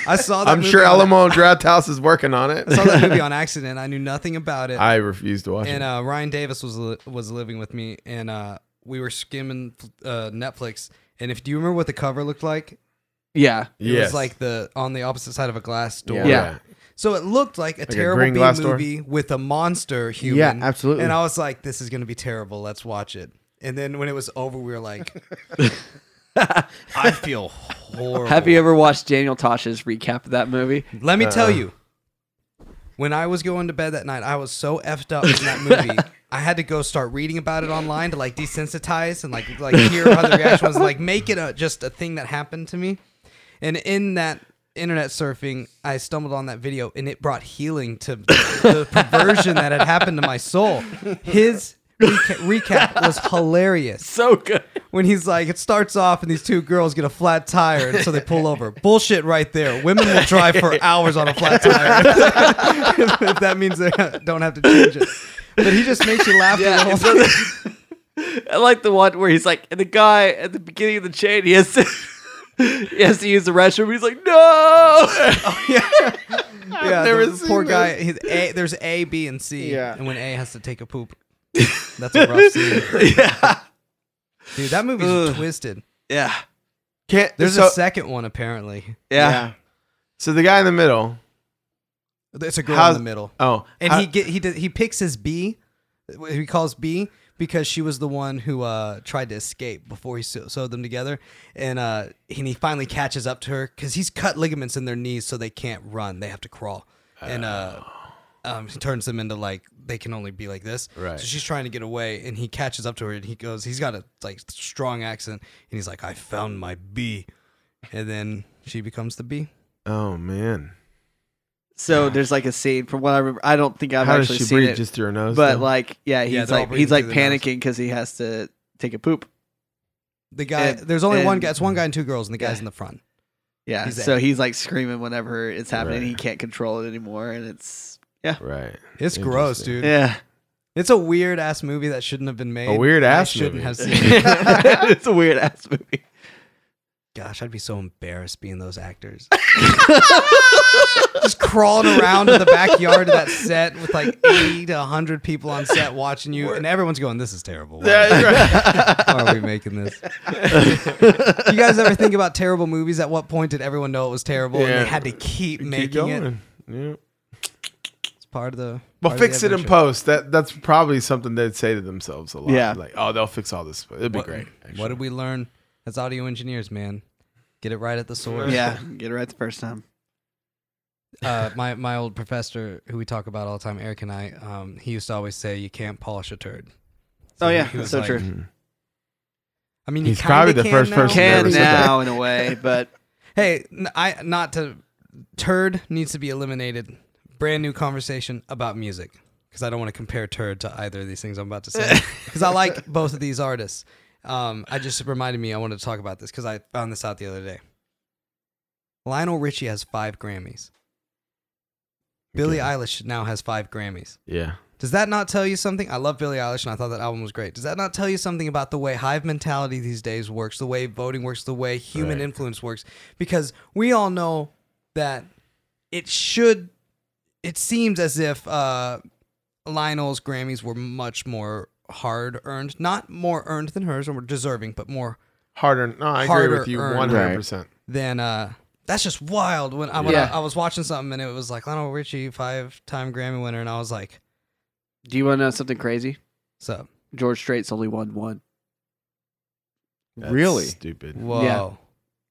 I saw. That I'm movie sure on- Alamo Draft House is working on it. I saw that movie on accident. I knew nothing about it. I refuse to watch and it. uh, Ryan Davis was li- was living with me, and uh, we were skimming uh, Netflix. And if do you remember what the cover looked like? Yeah. It was like the on the opposite side of a glass door. Yeah. So it looked like a terrible green B glass door? movie with a monster human. Yeah, absolutely. And I was like, this is going to be terrible. Let's watch it. And then when it was over, we were like, I feel horrible. Have you ever watched Daniel Tosh's recap of that movie? Let me tell you, when I was going to bed that night, I was so effed up from that movie. I had to go start reading about it online to like desensitize and like like hear how the reaction was. Like make it a, just a thing that happened to me. And in that internet surfing, I stumbled on that video, and it brought healing to the perversion that had happened to my soul. His reca- recap was hilarious So good. when he's like, it starts off and these two girls get a flat tire, and so they pull over. Bullshit, right there. Women will drive for hours on a flat tire if that means they don't have to change it. But he just makes you laugh. through the Yeah. whole it's so- thing. I like the one where he's like, and the guy at the beginning of the chain, he has to, he has to use the restroom. He's like, no. yeah, never the seen poor this. guy. His a, there's A, B, and C. Yeah. And when A has to take a poop, that's a rough scene. yeah. Dude, that movie's Ugh. twisted. Yeah. Can't There's so, a second one apparently. Yeah. so the guy in the middle. It's a girl How's- in the middle, Oh, and how- he get he did, he picks his B. what He calls B because she was the one who uh, tried to escape before he sew- sewed them together, and uh, and he finally catches up to her because he's cut ligaments in their knees so they can't run; they have to crawl, and uh, um, he turns them into like they can only be like this. Right. So she's trying to get away, and he catches up to her, and he goes, he's got a like strong accent, and he's like, "I found my B," and then she becomes the B. Oh man, So there's like a scene from what I remember. I don't think I've how does actually she seen breathe? it, Just through her nose? but though? like, yeah, he's they're all like, breathing he's like through their nose. panicking because he has to take a poop. The guy, And- there's only one and- guy. It's one guy and two girls, and the guy's Yeah. in the front. Yeah. He's so he's like screaming whenever it's happening. Right. He can't control it anymore. And it's, right, It's gross, Interesting. dude. yeah. It's a weird ass movie that shouldn't have been made. A weird I ass shouldn't movie. have seen. it. it's a weird ass movie. Gosh, I'd be so embarrassed being those actors. Just crawling around in the backyard of that set with like 80 to 100 people on set watching you, and everyone's going, "This is terrible. Why, why are we making this?" you guys ever think about terrible movies? At what point did everyone know it was terrible, and Yeah. they had to keep making Keep going. it? Yeah. It's part of the. Well, part of the fix it in adventure. post. That that's probably something they'd say to themselves a lot. Yeah. like oh, they'll fix all this. It'd be What- great. actually. What did we learn as audio engineers, man? Get it right at the source. Yeah. Get it right the first time. Uh, my my old professor, who we talk about all the time, Eric and I, um, he used to always say, "You can't polish a turd." Oh, he- yeah. he was So like, Mm-hmm. true. I mean, you He's probably kinda the can first now. person to Can Never said now in a way, but Hey, n- I not to turd needs to be eliminated. Brand new conversation about music because I don't want to compare turd to either of these things I'm about to say because I like both of these artists. Um, I just it reminded me I wanted to talk about this because I found this out the other day. Lionel Richie has five Grammys. Billie Eilish now has five Grammys. Yeah. Does that not tell you something? I love Billie Eilish and I thought that album was great. Does that not tell you something about the way hive mentality these days works, the way voting works, the way human Right. influence works? Because we all know that it should, it seems as if uh, Lionel's Grammys were much more hard earned. Not more earned than hers or deserving, but more Harder. No, I Harder agree with you earned. 100%. than. Uh, that's just wild. When, I, when Yeah. I, I was watching something and it was like Lionel Richie, five time Grammy winner, and I was like, do you want to know something crazy? so, George Strait's only won one. That's Really? Stupid. whoa.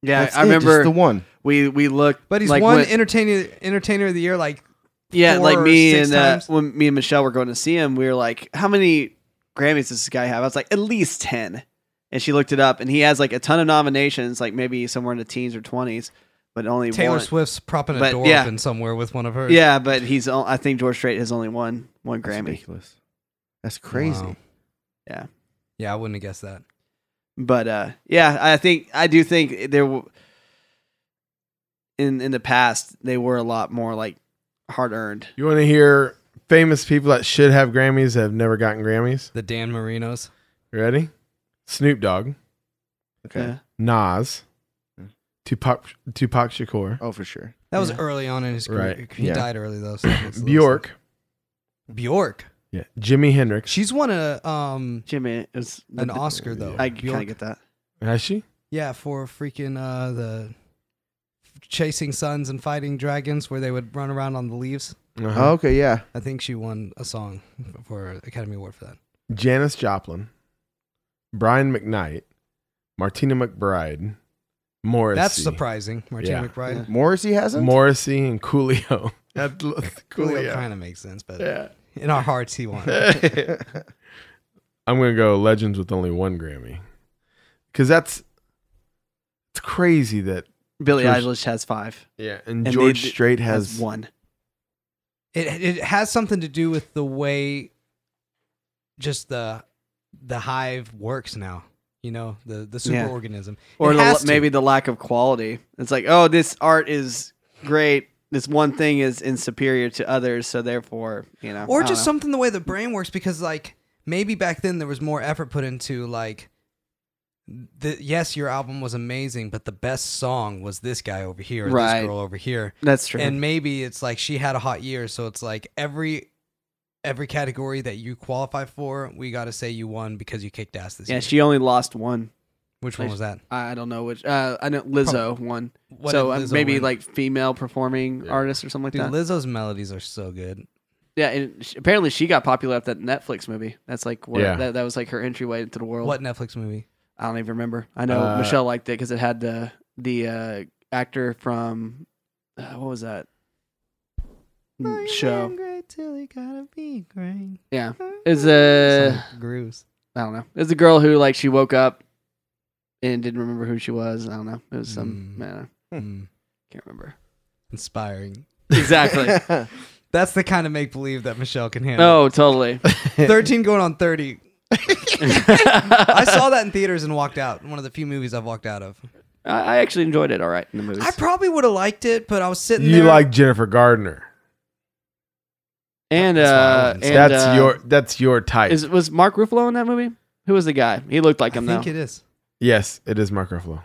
Yeah, That's I it, just remember the one. we we looked, But he's like, won when- entertainer entertainer of the year. Like yeah, four like or me six and uh, times. when me and Michelle were going to see him, we were like, how many Grammys does this guy have? I was like, at least ten. And she looked it up, and he has like a ton of nominations, like maybe somewhere in the teens or twenties, but only Taylor one. Swift's propping a But, door yeah. open somewhere with one of her. Yeah, but he's. o- I think George Strait has only won one That's Grammy. ridiculous. That's crazy. Wow. Yeah. Yeah, I wouldn't have guessed that. but uh yeah i think i do think there w- in in the past they were a lot more like hard earned You want to hear famous people that should have Grammys that have never gotten Grammys? The Dan Marinos. You ready? Snoop Dogg, Okay. Yeah. Nas, Hmm. Tupac, Tupac Shakur, Oh, for sure. That was Yeah. early on in his career. Right. He Yeah. died early though. So that's a little Bjork, sad. Bjork. yeah, Jimi Hendrix. She's won a um jimmy it was an Oscar though. i kind Bjork. of get that Has she? Yeah, for freaking uh the Chasing Suns and Fighting Dragons, where they would run around on the leaves. Uh-huh. okay, yeah. I think she won a song for Academy Award for that. Janis Joplin, Brian McKnight, Martina McBride, Morrissey. That's surprising. Martina Yeah. McBride. Yeah. Morrissey hasn't. Morrissey and Coolio. That Coolio Coolio. kind of makes sense, but Yeah. in our hearts, he won. I'm gonna go legends with only one Grammy, because that's it's crazy that billie George- eilish has five yeah, and, And George they- Strait has, has, one. one it it has something to do with the way just the the hive works now you know the the Yeah. superorganism or It the, has to. maybe the lack of quality it's like oh this art is great this one thing is in superior to others so therefore you know I or don't just know. something the way the brain works because like maybe back then there was more effort put into like the yes, your album was amazing, but the best song was this guy over here, or Right. this girl over here. That's true. And maybe it's like she had a hot year, so it's like every every category that you qualify for, we got to say you won because you kicked ass this yeah, year. she only lost one. Which one was that? I I don't know which. Uh, I know Lizzo won. What so did um, Lizzo maybe win? like female performing artist or something like Dude, that. Lizzo's melodies are so good. yeah, and sh apparently she got popular after that Netflix movie. That's like what, Yeah. that, that was like her entryway into the world. What Netflix movie? I don't even remember. I know Uh, Michelle liked it because it had the the uh, actor from uh, what was that Mm, show? great till you gotta be great. Yeah, Uh, is a grooves. I don't know. It's a girl who like she woke up and didn't remember who she was. I don't know. It was some Mm. man. I Mm. can't remember Inspiring. exactly. That's the kind of make believe that Michelle can handle. oh, totally. 13 going on 30. I saw that in theaters and walked out. One of the few movies I've walked out of. I, I actually enjoyed it. All right, in the movies. I probably would have liked it, but I was sitting You there. like Jennifer Gardner. and That's what I uh, wouldn't say. and, that's uh, your that's your type. Is was Mark Ruffalo in that movie? Who was the guy? He looked like I him think though. it is. yes, it is Mark Ruffalo.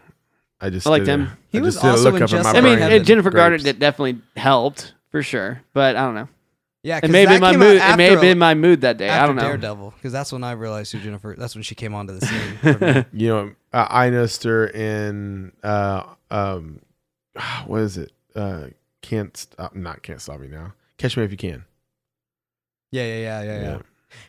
I just I liked did a- him. He I was just did a also look in up my Justice I mean, Brian uh, brain. Heaven. Jennifer Garner Grapes. did- definitely helped for sure, but I don't know. Yeah, It 'cause may have that been my came mood. out It may after have been a- my mood that day. I after don't know. Daredevil, because that's when I realized who Jennifer. That's when she came onto the scene. For me. you know, uh, I noticed her in uh, um, what is it? Uh, can't stop, not can't stop me now. Catch me if you can. Yeah, yeah, yeah, yeah, yeah.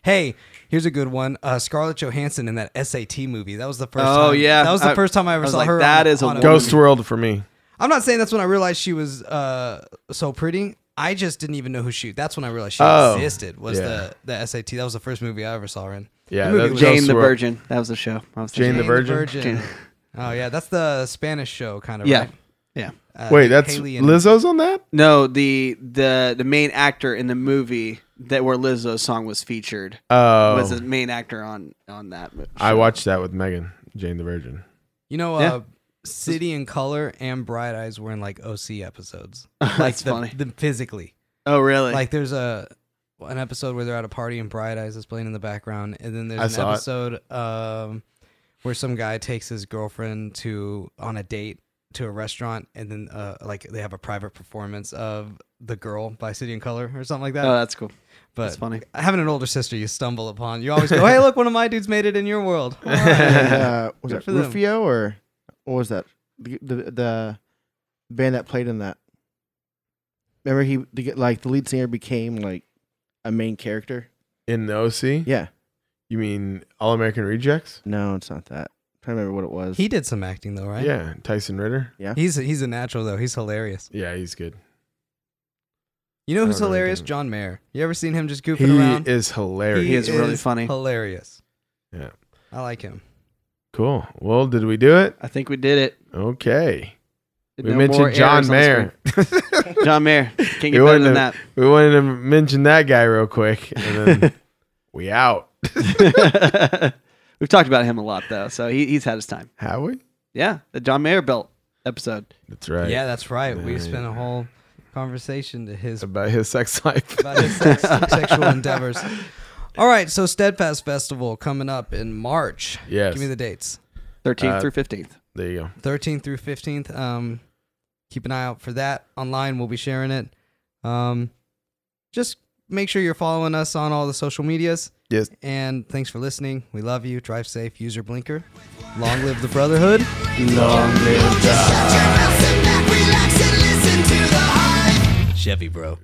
Hey, here's a good one. Uh, Scarlett Johansson in that SAT movie. That was the first. Oh, time- yeah. that was the I- first time I I ever was saw like, her. that is a on Ghost World for me. I'm not saying that's when I realized she was uh, so pretty. I just didn't even know who she. That's when I realized she Oh, existed. Was yeah. the the SAT? That was the first movie I ever saw her in. Yeah, That movie that- was- Jane Ghost the World. Virgin. That was the show. I was Jane the thinking. Virgin? Jane- Oh yeah, that's the Spanish show kind of. Yeah. right? Yeah. Uh, Wait, that's Haley and- Lizzo's on that. No, the the the main actor in the movie that where Lizzo's song was featured Oh, was the main actor on on that. mo- I show. watched that with Megan, Jane the Virgin. You know, Yeah. uh, City in Color and Bright Eyes were in like OC episodes. That's like the, funny. the- physically. Oh really? Like there's a an episode where they're at a party and Bright Eyes is playing in the background, and then there's I an saw it. episode um, where some guy takes his girlfriend to on a date to a restaurant, and then uh, like they have a private performance of the girl by City in Color or something like that. oh, that's cool. but that's funny. Having an older sister, you stumble upon. You always go, "Hey, look, one of my dudes made it in your world." All right. uh, was Good that for them. Rufio or what was that the, the the band that played in that? Remember he the, g- like the lead singer became like a main character. In the OC, Yeah, you mean All American Rejects? no, it's not that. I remember what it was. He did some acting though, right? Yeah, Tyson Ritter. He's he's a natural though. He's hilarious. Yeah, he's good. You know I who's don't really hilarious? think- John Mayer. You ever seen him just goofing He around? is hilarious. He is really funny. Hilarious. Yeah. I like him. Cool. Well, did we do it? I think we did it. Okay. We No more mentioned John errors on the Mayer. screen. John Mayer. Can't get We better wanted, to, than that. we wanted to mention that guy real quick, and then we out. We've talked about him a lot though, so he, he's had his time. Have we? Yeah, the John Mayer belt episode. That's right. Yeah, that's right. We Yeah, spent a whole conversation to his About his sex life. about his sex, sexual endeavors. All right, so Steadfast Festival coming up in March. Yes. Give me the dates. 13th Uh, through 15th. there you go. 13th through 15th. Um, keep an eye out for that online. We'll be sharing it. Um, just make sure you're following us on all the social medias. Yes. And thanks for listening. We love you. Drive safe. Use your blinker. Long live the brotherhood. Oh, Shut your mouth, sit back, relax, and listen to the hype. Chevy, bro.